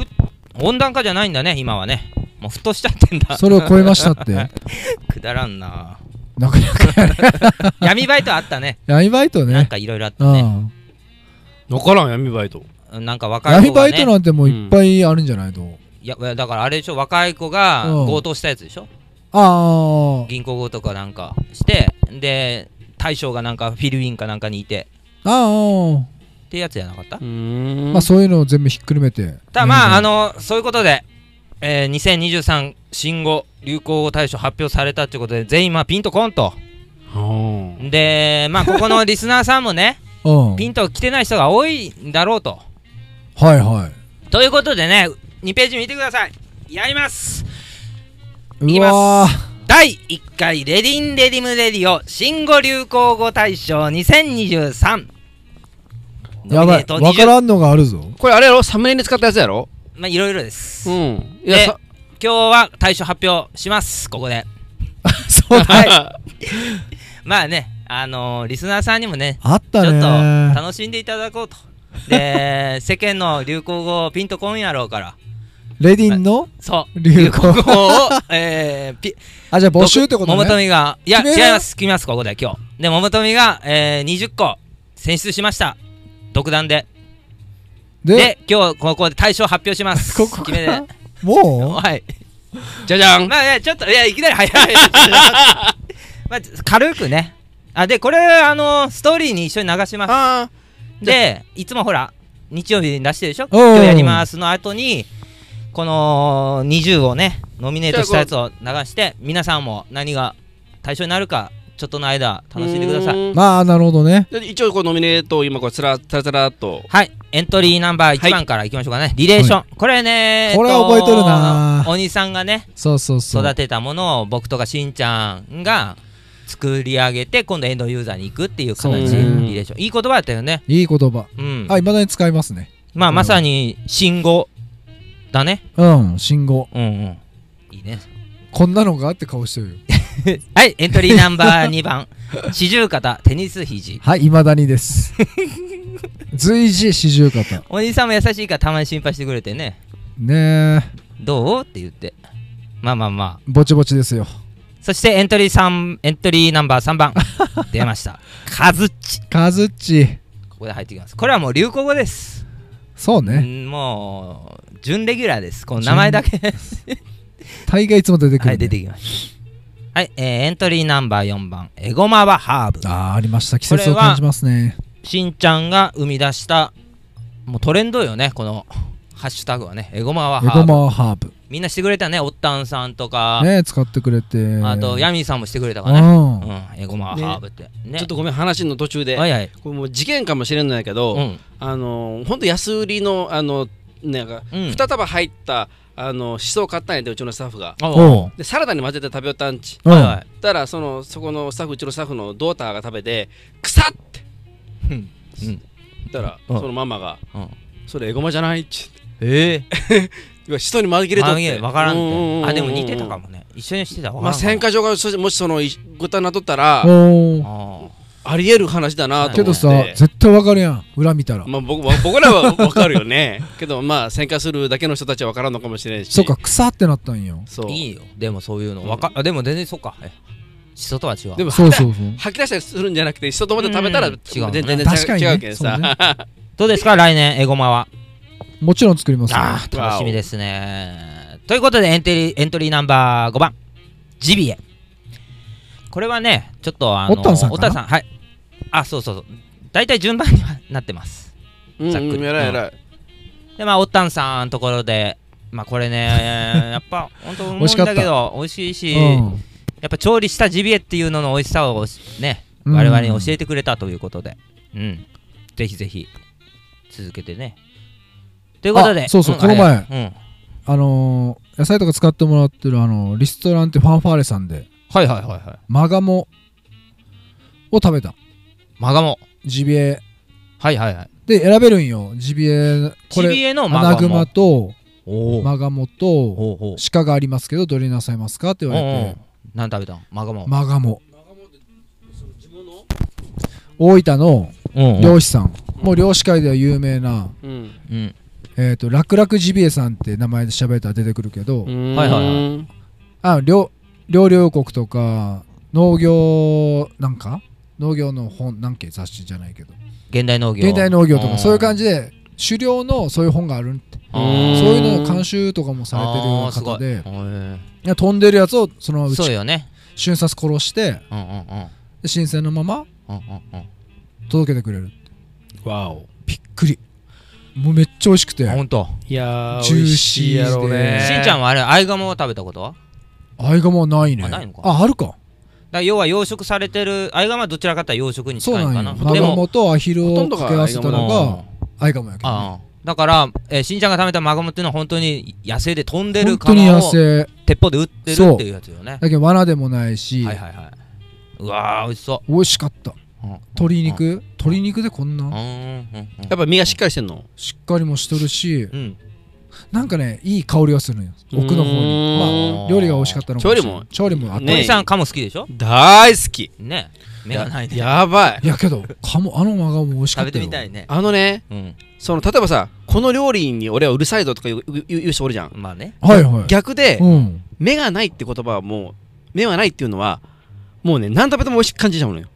[SPEAKER 2] 温暖化じゃないんだね今はねもうふっとしちゃってんだ
[SPEAKER 3] それを超えましたって
[SPEAKER 2] くだらん な
[SPEAKER 3] なかなか
[SPEAKER 2] 闇バイトあったね
[SPEAKER 3] 闇バイト
[SPEAKER 2] なん
[SPEAKER 3] ね
[SPEAKER 2] かいろいろあっ
[SPEAKER 3] う
[SPEAKER 2] たね
[SPEAKER 3] ん
[SPEAKER 1] 分からん闇バイト
[SPEAKER 2] なんか若い
[SPEAKER 3] 闇
[SPEAKER 2] 子が、
[SPEAKER 3] バ
[SPEAKER 2] ね、
[SPEAKER 3] イトなんてもういっぱいあるんじゃないと
[SPEAKER 2] いやだからあれでしょ若い子が
[SPEAKER 3] うん
[SPEAKER 2] 強盗したやつでしょ、
[SPEAKER 3] あー
[SPEAKER 2] 銀行とかなんかしてで大将がなんかフィルウィンかなんかにいて
[SPEAKER 3] あーあ
[SPEAKER 2] ってやつじゃなかった、
[SPEAKER 3] ー
[SPEAKER 1] ん
[SPEAKER 3] まあそういうのを全部ひっくるめて
[SPEAKER 2] ただまあ、
[SPEAKER 3] あ
[SPEAKER 2] あのそういうことで、えー2023新語流行語大賞発表されたということで全員まあピンとこんと
[SPEAKER 1] うん
[SPEAKER 2] でまあここ のリスナーさんもね
[SPEAKER 3] うん
[SPEAKER 2] ピンと来てない人が多いんだろうと
[SPEAKER 3] はいはい
[SPEAKER 2] ということでね2ページ見てくださいやりますいき
[SPEAKER 3] う
[SPEAKER 2] ます
[SPEAKER 3] わー
[SPEAKER 2] 第1回レディンレディムレディオ新語・流行語大賞2023
[SPEAKER 3] やばい
[SPEAKER 2] ノ
[SPEAKER 3] わ
[SPEAKER 2] ミネート
[SPEAKER 3] か
[SPEAKER 2] 20
[SPEAKER 3] らんのがあ るぞ
[SPEAKER 1] これあれやろサムネイルに使ったやつやろ
[SPEAKER 2] まあいろいろです、
[SPEAKER 1] う
[SPEAKER 2] 今
[SPEAKER 1] んい
[SPEAKER 2] で
[SPEAKER 1] やさ
[SPEAKER 2] 日は大賞発表しますここで
[SPEAKER 3] そう
[SPEAKER 2] はいまあねあのーリスナーさんにもね
[SPEAKER 3] あっ
[SPEAKER 2] ちょ
[SPEAKER 3] たね
[SPEAKER 2] っと
[SPEAKER 3] ー
[SPEAKER 2] 楽しんでいただこうと で世間の流行語ピンとこんやろうから
[SPEAKER 3] レディンの
[SPEAKER 2] そう
[SPEAKER 3] 流行語
[SPEAKER 2] 流語を、えー、ピ
[SPEAKER 3] あじゃあ募集ってこと
[SPEAKER 2] 桃
[SPEAKER 3] ね
[SPEAKER 2] 富がいや
[SPEAKER 3] 決める
[SPEAKER 2] 違います決めますここで今日で桃富が、えー、20個選出しました独断でで
[SPEAKER 3] で
[SPEAKER 2] 今日ここで大賞発表します
[SPEAKER 3] ここか
[SPEAKER 2] 決めで
[SPEAKER 3] らも
[SPEAKER 2] はい
[SPEAKER 1] じゃじゃん
[SPEAKER 2] まあいやちょっといやいきなり早い まあ軽くねあでこれあのストーリーに一緒に流しま
[SPEAKER 1] あ
[SPEAKER 2] すでいつもほら日曜日に出してるでしょ
[SPEAKER 3] おう
[SPEAKER 2] 今日やりますの後にこの20をねノミネートしたやつを流して皆さんも何が対象になるかちょっとの間
[SPEAKER 1] ー
[SPEAKER 2] 楽しんでくださいう
[SPEAKER 3] う
[SPEAKER 1] ーん
[SPEAKER 3] まあなるほどね
[SPEAKER 1] で一応こうノミネートを今こうつらつらつらっと
[SPEAKER 2] はい、エントリーナンバー1番からいきましょうかね、リレーション、これね、
[SPEAKER 3] これは覚えとるな
[SPEAKER 2] お兄さんがね、
[SPEAKER 3] そうそうそう
[SPEAKER 2] 育てたものを僕とかしんちゃんが作り上げて、今度、エンドユーザーに行くっていう形、
[SPEAKER 3] そうね
[SPEAKER 2] リレーション、いい言葉だったよね、
[SPEAKER 3] いい言葉
[SPEAKER 2] うん
[SPEAKER 3] あいまだに使いますね
[SPEAKER 2] まあ、
[SPEAKER 3] うん
[SPEAKER 2] まさに信号だね、
[SPEAKER 3] うん信号
[SPEAKER 2] うんうん、いいね。
[SPEAKER 3] こんなのがあって顔してるよ
[SPEAKER 2] はい、エントリーナンバー2番、 四十肩、テニス肘。
[SPEAKER 3] はいいまだにです 随時四十肩
[SPEAKER 2] お兄さんも優しいからたまに心配してくれてね、
[SPEAKER 3] ねえ
[SPEAKER 2] どうって言って、まあまあまあ。
[SPEAKER 3] ぼちぼちですよ
[SPEAKER 2] そしてエントリー3エントリーナンバー3番出ま したカズッチ
[SPEAKER 3] カズッチ
[SPEAKER 2] ここで入ってきますこれはもう流行語です、
[SPEAKER 3] そうね
[SPEAKER 2] うんもう準レギュラーですこの名前だけ
[SPEAKER 3] 大概いつも出てくる、ね
[SPEAKER 2] はい出てきますはい、えーエントリーナンバー4番エゴマはハーブ
[SPEAKER 3] あーありました季節を感じますね
[SPEAKER 2] しんちゃんが生み出したもうトレンドよねこのハッシュタグはねエゴマは
[SPEAKER 3] エ
[SPEAKER 2] ハ
[SPEAKER 3] ゴ
[SPEAKER 2] ーブ
[SPEAKER 3] マはハーブ
[SPEAKER 2] みんなしてくれたねおったんさんとか、
[SPEAKER 3] ねえ使ってくれて
[SPEAKER 2] あとヤミーさんもしてくれたからね
[SPEAKER 3] うん
[SPEAKER 2] うんエゴマはハーブってね
[SPEAKER 1] ちょっとごめん話の途中で
[SPEAKER 2] はいはい
[SPEAKER 1] これもう事件かもしれないけど、
[SPEAKER 2] うん
[SPEAKER 1] あの本当安売りのあのなんか
[SPEAKER 2] うん
[SPEAKER 1] 2束入ったあのしそを買ったんやでうちのスタッフが
[SPEAKER 2] おう
[SPEAKER 3] おう
[SPEAKER 1] でサラダに混ぜて食べよったんち
[SPEAKER 3] うん
[SPEAKER 2] はいはい
[SPEAKER 1] たらそのそこのスタッフうちのスタッフのドーターが食べて「臭っ!」って
[SPEAKER 2] うんうん
[SPEAKER 1] 言ったら、
[SPEAKER 2] うん
[SPEAKER 1] そのママが
[SPEAKER 2] うん
[SPEAKER 1] 「それエゴマじゃない?」っち
[SPEAKER 2] ええ
[SPEAKER 1] うわしそに紛れとって
[SPEAKER 2] 分からん
[SPEAKER 1] ううう
[SPEAKER 2] っ
[SPEAKER 1] う
[SPEAKER 2] てあでも似てたかもね一緒にしてたわ
[SPEAKER 1] まあ
[SPEAKER 2] からん
[SPEAKER 1] 選
[SPEAKER 2] か
[SPEAKER 1] 果場がそしもしそのいごたなっとったら
[SPEAKER 3] おう
[SPEAKER 2] も
[SPEAKER 1] ありえる話だなと思って
[SPEAKER 3] けどさ絶対わかるやん裏見たら
[SPEAKER 1] まあ、僕僕らは分かるよねけどまあ選果するだけの人たちは分からんのかもしれんし
[SPEAKER 3] そっか草ってなったんよ
[SPEAKER 1] そううん
[SPEAKER 2] いいよでもそういうのわかあでも全然そうかえしそとは違う
[SPEAKER 1] でも
[SPEAKER 3] そうそうそう
[SPEAKER 1] 吐き出したりするんじゃなくて一と思って食べたら、
[SPEAKER 2] うん違うね
[SPEAKER 1] 全然違う
[SPEAKER 3] 確かにね
[SPEAKER 1] 違うけどさ、
[SPEAKER 2] どうですか来年エゴマは
[SPEAKER 3] もちろん作りますよ
[SPEAKER 2] あー楽しみですねということでエントリーエントリーナンバー5番ジビエこれはねちょっとあの
[SPEAKER 3] おったんさんかな
[SPEAKER 2] おたんさんはいあそうそうそう大体順番にはなってます
[SPEAKER 1] うん
[SPEAKER 2] ざっくり
[SPEAKER 1] うん偉い偉い、
[SPEAKER 2] でまあおったんさんのところでまあこれ ねやっぱ本当思うんだけど美味しいし、
[SPEAKER 3] うん
[SPEAKER 2] やっぱ調理したジビエっていうのの美味しさをね
[SPEAKER 3] うん
[SPEAKER 2] 我々に教えてくれたということでうん、ぜひぜひ続けてねということで
[SPEAKER 3] あそうそうんこの前
[SPEAKER 2] はいうん
[SPEAKER 3] あのー野菜とか使ってもらってるあのーリストランテファンファーレさんで
[SPEAKER 2] はいはいはいはい
[SPEAKER 3] マガモを食べた
[SPEAKER 2] マガモ
[SPEAKER 3] ジビエ
[SPEAKER 2] はいはいはい
[SPEAKER 3] で選べるんよジビエこ
[SPEAKER 2] ジビ
[SPEAKER 3] れ
[SPEAKER 2] エの
[SPEAKER 3] ア
[SPEAKER 2] マ
[SPEAKER 3] ナ
[SPEAKER 2] ガ
[SPEAKER 3] グ
[SPEAKER 2] モ
[SPEAKER 3] マと
[SPEAKER 2] おお
[SPEAKER 3] マガモと
[SPEAKER 2] ほうほう
[SPEAKER 3] 鹿がありますけどどれになさいますかって
[SPEAKER 2] お
[SPEAKER 3] 言
[SPEAKER 2] う
[SPEAKER 3] われ
[SPEAKER 2] お
[SPEAKER 3] て
[SPEAKER 2] う何食べたんマガモ
[SPEAKER 3] マガモ大分の
[SPEAKER 2] うんうん
[SPEAKER 3] 漁師さんもう漁師界では有名な
[SPEAKER 1] うん
[SPEAKER 2] うん
[SPEAKER 3] えっと楽々ジビエさんって名前で喋ったら出てくるけど
[SPEAKER 2] はいはい
[SPEAKER 1] は
[SPEAKER 3] あ料料理王国とか農業なんか農業の本なんけ雑誌じゃないけど
[SPEAKER 2] 現代農業
[SPEAKER 3] 現代農業とかそういう感
[SPEAKER 2] じ
[SPEAKER 3] じで狩猟のそういう本があるって
[SPEAKER 1] あ
[SPEAKER 3] そう
[SPEAKER 1] ー
[SPEAKER 3] いうのを監修とかもされてる
[SPEAKER 2] あーすご
[SPEAKER 3] 方
[SPEAKER 2] い
[SPEAKER 3] で
[SPEAKER 1] はい
[SPEAKER 3] いや飛んでるやつをそのまま撃
[SPEAKER 2] そう
[SPEAKER 3] ち
[SPEAKER 2] よね
[SPEAKER 3] 瞬殺殺して
[SPEAKER 2] うんうんうん
[SPEAKER 3] で新鮮のまま
[SPEAKER 2] うんうんうん
[SPEAKER 3] 届けてくれる
[SPEAKER 1] わお
[SPEAKER 3] びっくりもうめっちゃ美味しくて
[SPEAKER 2] あ
[SPEAKER 3] 合
[SPEAKER 2] ほんと
[SPEAKER 1] いやー
[SPEAKER 3] ジュー
[SPEAKER 1] 美味
[SPEAKER 3] シ
[SPEAKER 1] し
[SPEAKER 3] ー
[SPEAKER 1] い
[SPEAKER 3] で
[SPEAKER 1] やろうね
[SPEAKER 2] しんちゃんはあれ合鴨を食べたことはだか
[SPEAKER 3] 鴨はないね
[SPEAKER 2] あないのか
[SPEAKER 3] ああるから
[SPEAKER 2] 要は養殖されてる合鴨はどちらかというと養殖に
[SPEAKER 3] そう
[SPEAKER 2] 近い
[SPEAKER 3] なんん
[SPEAKER 2] か
[SPEAKER 3] よ
[SPEAKER 2] な
[SPEAKER 3] 合
[SPEAKER 2] でも
[SPEAKER 3] 鴨とアヒルを
[SPEAKER 1] ほとんどが
[SPEAKER 3] 掛け合わせたの
[SPEAKER 1] 合
[SPEAKER 3] が合鴨やけどね
[SPEAKER 2] ああだから、えーしんちゃんが食べたマガモっていうのは本当に野生で飛んでる
[SPEAKER 3] 本当に
[SPEAKER 2] 鴨
[SPEAKER 3] 野
[SPEAKER 2] を
[SPEAKER 3] 生
[SPEAKER 2] 鉄砲で撃ってるっていうやつよね
[SPEAKER 3] だけど罠でもないし
[SPEAKER 2] はいはいはいうわー美味しそ
[SPEAKER 3] 美味しかった
[SPEAKER 2] う、うん、
[SPEAKER 3] 鶏肉鶏肉でこん
[SPEAKER 2] うんう
[SPEAKER 3] な
[SPEAKER 2] うん
[SPEAKER 3] ん
[SPEAKER 1] やっぱ身がしっかりしてんの
[SPEAKER 3] しっかりもしとるし
[SPEAKER 2] うん
[SPEAKER 3] なんかねいい香りがするのよ
[SPEAKER 1] うーん
[SPEAKER 3] 奥の方にまあ料理が美味しかったのかしれない調理もあった、
[SPEAKER 1] ね
[SPEAKER 2] 森さんカモ好きでしょ
[SPEAKER 1] 大好き
[SPEAKER 2] ね目がないで
[SPEAKER 1] やばい
[SPEAKER 3] いやけどかもあのマガモ美味しか
[SPEAKER 2] 食
[SPEAKER 3] った
[SPEAKER 2] べてみ
[SPEAKER 3] よ
[SPEAKER 2] たいね
[SPEAKER 1] あのね
[SPEAKER 2] うん
[SPEAKER 1] その例えばさこの料理に俺はうるさいぞとか言う言う言う人おるじゃん
[SPEAKER 2] まあね
[SPEAKER 3] はいはい
[SPEAKER 1] 逆で
[SPEAKER 3] うん
[SPEAKER 1] 目がないって言葉はもう目はないっていうのはもうね何食べても美味しく感じちゃうのよ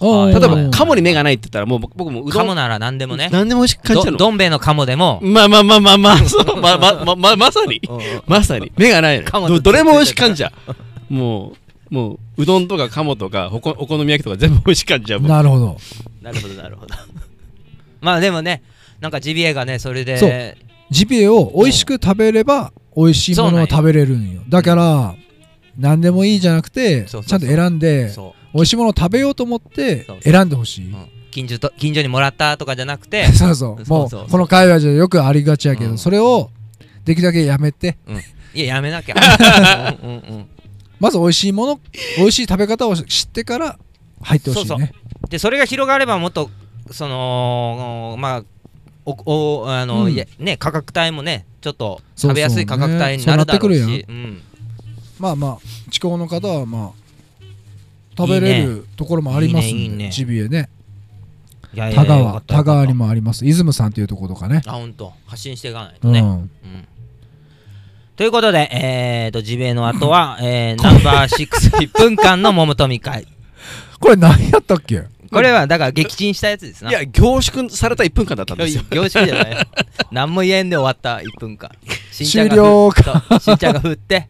[SPEAKER 3] あー
[SPEAKER 2] は
[SPEAKER 1] 例
[SPEAKER 2] い
[SPEAKER 1] え
[SPEAKER 2] は
[SPEAKER 1] ば
[SPEAKER 2] い
[SPEAKER 1] カモに目がないって言ったらもう僕僕もうど
[SPEAKER 2] カ
[SPEAKER 1] ん
[SPEAKER 2] モなら何でもね
[SPEAKER 1] 何でも美味しく感じ
[SPEAKER 2] ど
[SPEAKER 1] ちゃうの
[SPEAKER 2] どん兵衛のカモでも
[SPEAKER 1] まあまあまあまあ まあ、そう、まあまあまあまあ、まさに、まさに、目がない
[SPEAKER 2] カモ
[SPEAKER 1] の。
[SPEAKER 2] と
[SPEAKER 1] どどれも美味しく感じちゃう。もう、もう、うどんとか鴨とか、ほこお好み焼きとか全部美味しく感じちゃう。もう
[SPEAKER 3] なるほど
[SPEAKER 2] なるほどなるほどまあでもねなんかジビエがねそれ
[SPEAKER 3] そう
[SPEAKER 2] で
[SPEAKER 3] ジビエを美味しく食べれば美味しいものを食べれるんよだから何でもいいじゃなくてち
[SPEAKER 2] そ
[SPEAKER 3] ゃ
[SPEAKER 2] うんそうそう
[SPEAKER 3] と選んで
[SPEAKER 2] そ
[SPEAKER 3] 美味しいものを食べようと思って
[SPEAKER 2] そうそう
[SPEAKER 3] 選んでほし
[SPEAKER 2] う
[SPEAKER 3] い
[SPEAKER 2] うん近所と近所にもらったとかじゃなくて
[SPEAKER 3] そうそう
[SPEAKER 2] そ
[SPEAKER 3] も
[SPEAKER 2] う
[SPEAKER 3] う
[SPEAKER 2] そう
[SPEAKER 3] この会話じゃよくありがちやけ
[SPEAKER 2] うん
[SPEAKER 3] どそれをできるだけやめて
[SPEAKER 2] いややめなきゃうんうんうん
[SPEAKER 3] まず美味しいもの美味しい食べ方を知ってから入ってほしい
[SPEAKER 2] そう
[SPEAKER 3] ね
[SPEAKER 2] でそれが広がればもっとそのまあおおあの、
[SPEAKER 3] うん
[SPEAKER 2] いやね価格帯もねちょっと
[SPEAKER 3] そうそう
[SPEAKER 2] 食べやすい価格帯になるだろう
[SPEAKER 3] そうなっ
[SPEAKER 2] してうん
[SPEAKER 3] まあまあ地高の方はまあ食べれ
[SPEAKER 2] いい
[SPEAKER 3] るところもあります
[SPEAKER 2] いいねいい
[SPEAKER 3] ん
[SPEAKER 2] ね
[SPEAKER 3] でジビエね
[SPEAKER 2] いやいや
[SPEAKER 3] 田
[SPEAKER 2] よか
[SPEAKER 3] 川
[SPEAKER 2] ったよかった
[SPEAKER 3] 田川にもあります出雲さんっていうところとかね
[SPEAKER 2] あ本当発信していかないと
[SPEAKER 3] う
[SPEAKER 2] ね、
[SPEAKER 3] ん
[SPEAKER 2] うんということで、えー、とジビエの後は、えー、ナンバー6 1分間の桃富会
[SPEAKER 3] これ何やっ たっけ
[SPEAKER 2] これはだから撃沈したやつですない
[SPEAKER 1] や、凝縮された1分間だったんですよ。
[SPEAKER 2] 凝縮じゃない 何も言えんで終わった1分間しんちゃんが
[SPEAKER 3] 終了
[SPEAKER 2] ふそうしんちゃんが振って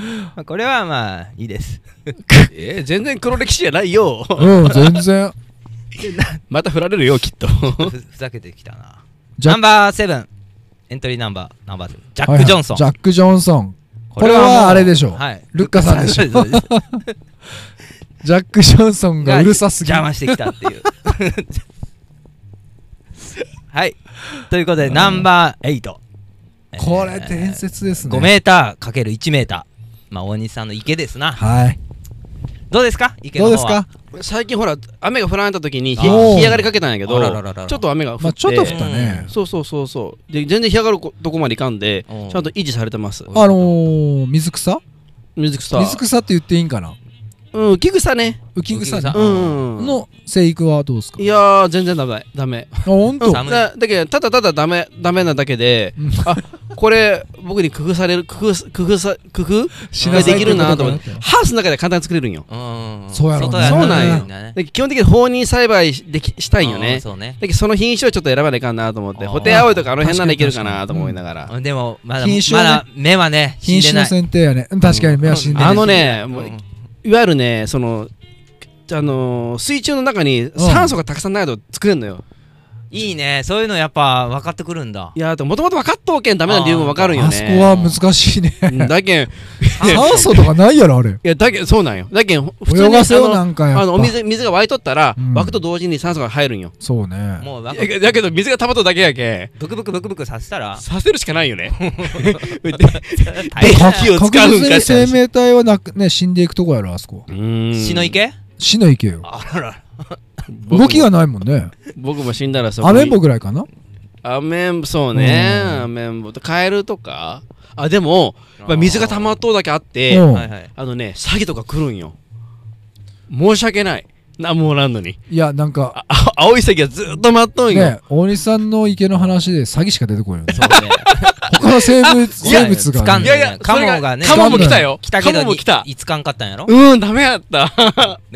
[SPEAKER 2] ま あこれはまあいいです
[SPEAKER 1] えー、全然黒歴史じゃないよ。
[SPEAKER 3] うん全然
[SPEAKER 1] また振られるよ、きっと。
[SPEAKER 2] ふふざけてきたな
[SPEAKER 3] ジャッ
[SPEAKER 2] ナンバーセブンエントリーナンバーナンバーセブンジャック・ジョンソン、
[SPEAKER 3] はいはいジャック・ジョンソンこれは
[SPEAKER 2] もう
[SPEAKER 3] あれでしょ
[SPEAKER 2] はい
[SPEAKER 3] ルッカさんでし ょ
[SPEAKER 2] そうすそうです
[SPEAKER 3] ジャック・ジョンソンがうるさすぎ
[SPEAKER 2] 邪魔してきたっていう はいということでナンバー8
[SPEAKER 3] これ伝説ですね
[SPEAKER 2] 5メーターかける1メーターまあ大西さんの池ですな
[SPEAKER 3] はい
[SPEAKER 2] どうですか池の
[SPEAKER 3] どう
[SPEAKER 2] 方
[SPEAKER 3] で
[SPEAKER 2] は
[SPEAKER 3] すか
[SPEAKER 1] 最近ほら、雨が降られた時に、ひ
[SPEAKER 2] あ
[SPEAKER 3] ー
[SPEAKER 1] 干上がりかけたんやけど
[SPEAKER 2] あららららら、
[SPEAKER 1] ちょっと雨が降って、
[SPEAKER 3] まあちょっと降ったね
[SPEAKER 1] そうそうそうそう。で、全然干上がるとこまでいかんで、
[SPEAKER 2] うん
[SPEAKER 1] ちゃんと維持されてます。
[SPEAKER 3] あのー水草
[SPEAKER 1] 水草。
[SPEAKER 3] 水草って言っていいんかな
[SPEAKER 1] うん、浮き草ね。
[SPEAKER 3] 浮き草
[SPEAKER 2] 浮き草
[SPEAKER 1] うん。
[SPEAKER 3] の生育はどうですか
[SPEAKER 1] いやー、全然ダメ。ダメ。
[SPEAKER 3] あ本当
[SPEAKER 2] 寒い
[SPEAKER 1] だだけどただただダメダメなだけで
[SPEAKER 3] うん
[SPEAKER 1] あこれ僕に工夫される工夫す工夫さ工夫
[SPEAKER 3] し
[SPEAKER 1] ができるなと思って
[SPEAKER 3] なさいってことかなって
[SPEAKER 1] ハウスの中で簡単に作れるんよ
[SPEAKER 2] うん
[SPEAKER 3] そうやろうね
[SPEAKER 2] 外や
[SPEAKER 1] そうなんや
[SPEAKER 2] んだね
[SPEAKER 1] で基本的に放任栽培できしたいんよ
[SPEAKER 2] うん
[SPEAKER 1] ね
[SPEAKER 2] そうね
[SPEAKER 1] だけどその品種をちょっと選ばないかんなと思って
[SPEAKER 2] あー
[SPEAKER 1] ホテイアオイとかあの辺ならいけるか
[SPEAKER 3] 確か
[SPEAKER 1] な
[SPEAKER 3] に
[SPEAKER 1] と思いながら
[SPEAKER 2] でもまだ
[SPEAKER 3] 品種
[SPEAKER 2] ま
[SPEAKER 3] を
[SPEAKER 2] だ
[SPEAKER 3] ね
[SPEAKER 2] 目はね死ん
[SPEAKER 3] 品
[SPEAKER 2] でな
[SPEAKER 3] 種の
[SPEAKER 2] い
[SPEAKER 3] 選定やねうん確かに目は死んで
[SPEAKER 1] あ
[SPEAKER 3] ない
[SPEAKER 1] のねもう
[SPEAKER 2] うん
[SPEAKER 1] いわゆるねそのあのー水中の中に酸素がたくさんないと作れるのよ
[SPEAKER 2] いいねそういうのやっぱ分かってくるんだ
[SPEAKER 1] いやーもともと分かっとうけんダメな理由も分かるんよね
[SPEAKER 3] あそこは難しいね
[SPEAKER 1] うんだけんい
[SPEAKER 3] 酸素とかないやろあれ
[SPEAKER 1] やだけんそうなんよだけん普通に
[SPEAKER 3] 泳がせよ
[SPEAKER 1] あ
[SPEAKER 3] う
[SPEAKER 1] の
[SPEAKER 3] なんかやっぱ
[SPEAKER 1] あのお水水が湧いとったら、
[SPEAKER 3] うん
[SPEAKER 1] 湧くと同時に酸素が入るんよ
[SPEAKER 3] そうね
[SPEAKER 2] もう分か
[SPEAKER 1] だけだけど水が溜まっとるだけやけ
[SPEAKER 2] ブクブクブクブクさせた ら
[SPEAKER 1] させるしかないよねで
[SPEAKER 2] 大変
[SPEAKER 1] 火を使うんか
[SPEAKER 3] 確
[SPEAKER 1] って
[SPEAKER 3] 実に生命体はなくね死んでいくとこやろあそこ
[SPEAKER 2] 死の池
[SPEAKER 3] 死の池よ
[SPEAKER 2] あらら
[SPEAKER 3] 動きが
[SPEAKER 1] 僕も
[SPEAKER 3] ないもんね
[SPEAKER 1] 僕も死んだらそこ
[SPEAKER 3] ア
[SPEAKER 1] に
[SPEAKER 3] メンボぐらいかな
[SPEAKER 1] アメンボそうね
[SPEAKER 3] うん
[SPEAKER 1] アメンボとカエルとかあでも、まあ、水が溜まっとうだけあっ
[SPEAKER 3] う
[SPEAKER 1] て
[SPEAKER 3] ん
[SPEAKER 2] はいはい
[SPEAKER 1] あのね詐欺とか来るんよ申し訳ないなんもおらんのに
[SPEAKER 3] いやなんか
[SPEAKER 1] ああ青い詐欺がずっと待っとんよ、
[SPEAKER 3] ね大西さんの池の話で詐欺しか出てこないよね
[SPEAKER 2] そうね
[SPEAKER 3] 他の生物生物
[SPEAKER 2] つか
[SPEAKER 3] が
[SPEAKER 2] ん
[SPEAKER 1] い
[SPEAKER 3] ね
[SPEAKER 2] で
[SPEAKER 1] やいや
[SPEAKER 2] カ
[SPEAKER 1] そ
[SPEAKER 2] モ
[SPEAKER 1] れ
[SPEAKER 2] がね
[SPEAKER 1] カモも来たよ
[SPEAKER 2] 来たけど
[SPEAKER 1] カモも
[SPEAKER 2] に
[SPEAKER 1] 来た
[SPEAKER 2] いつかんかったんやろ
[SPEAKER 1] うんダメやった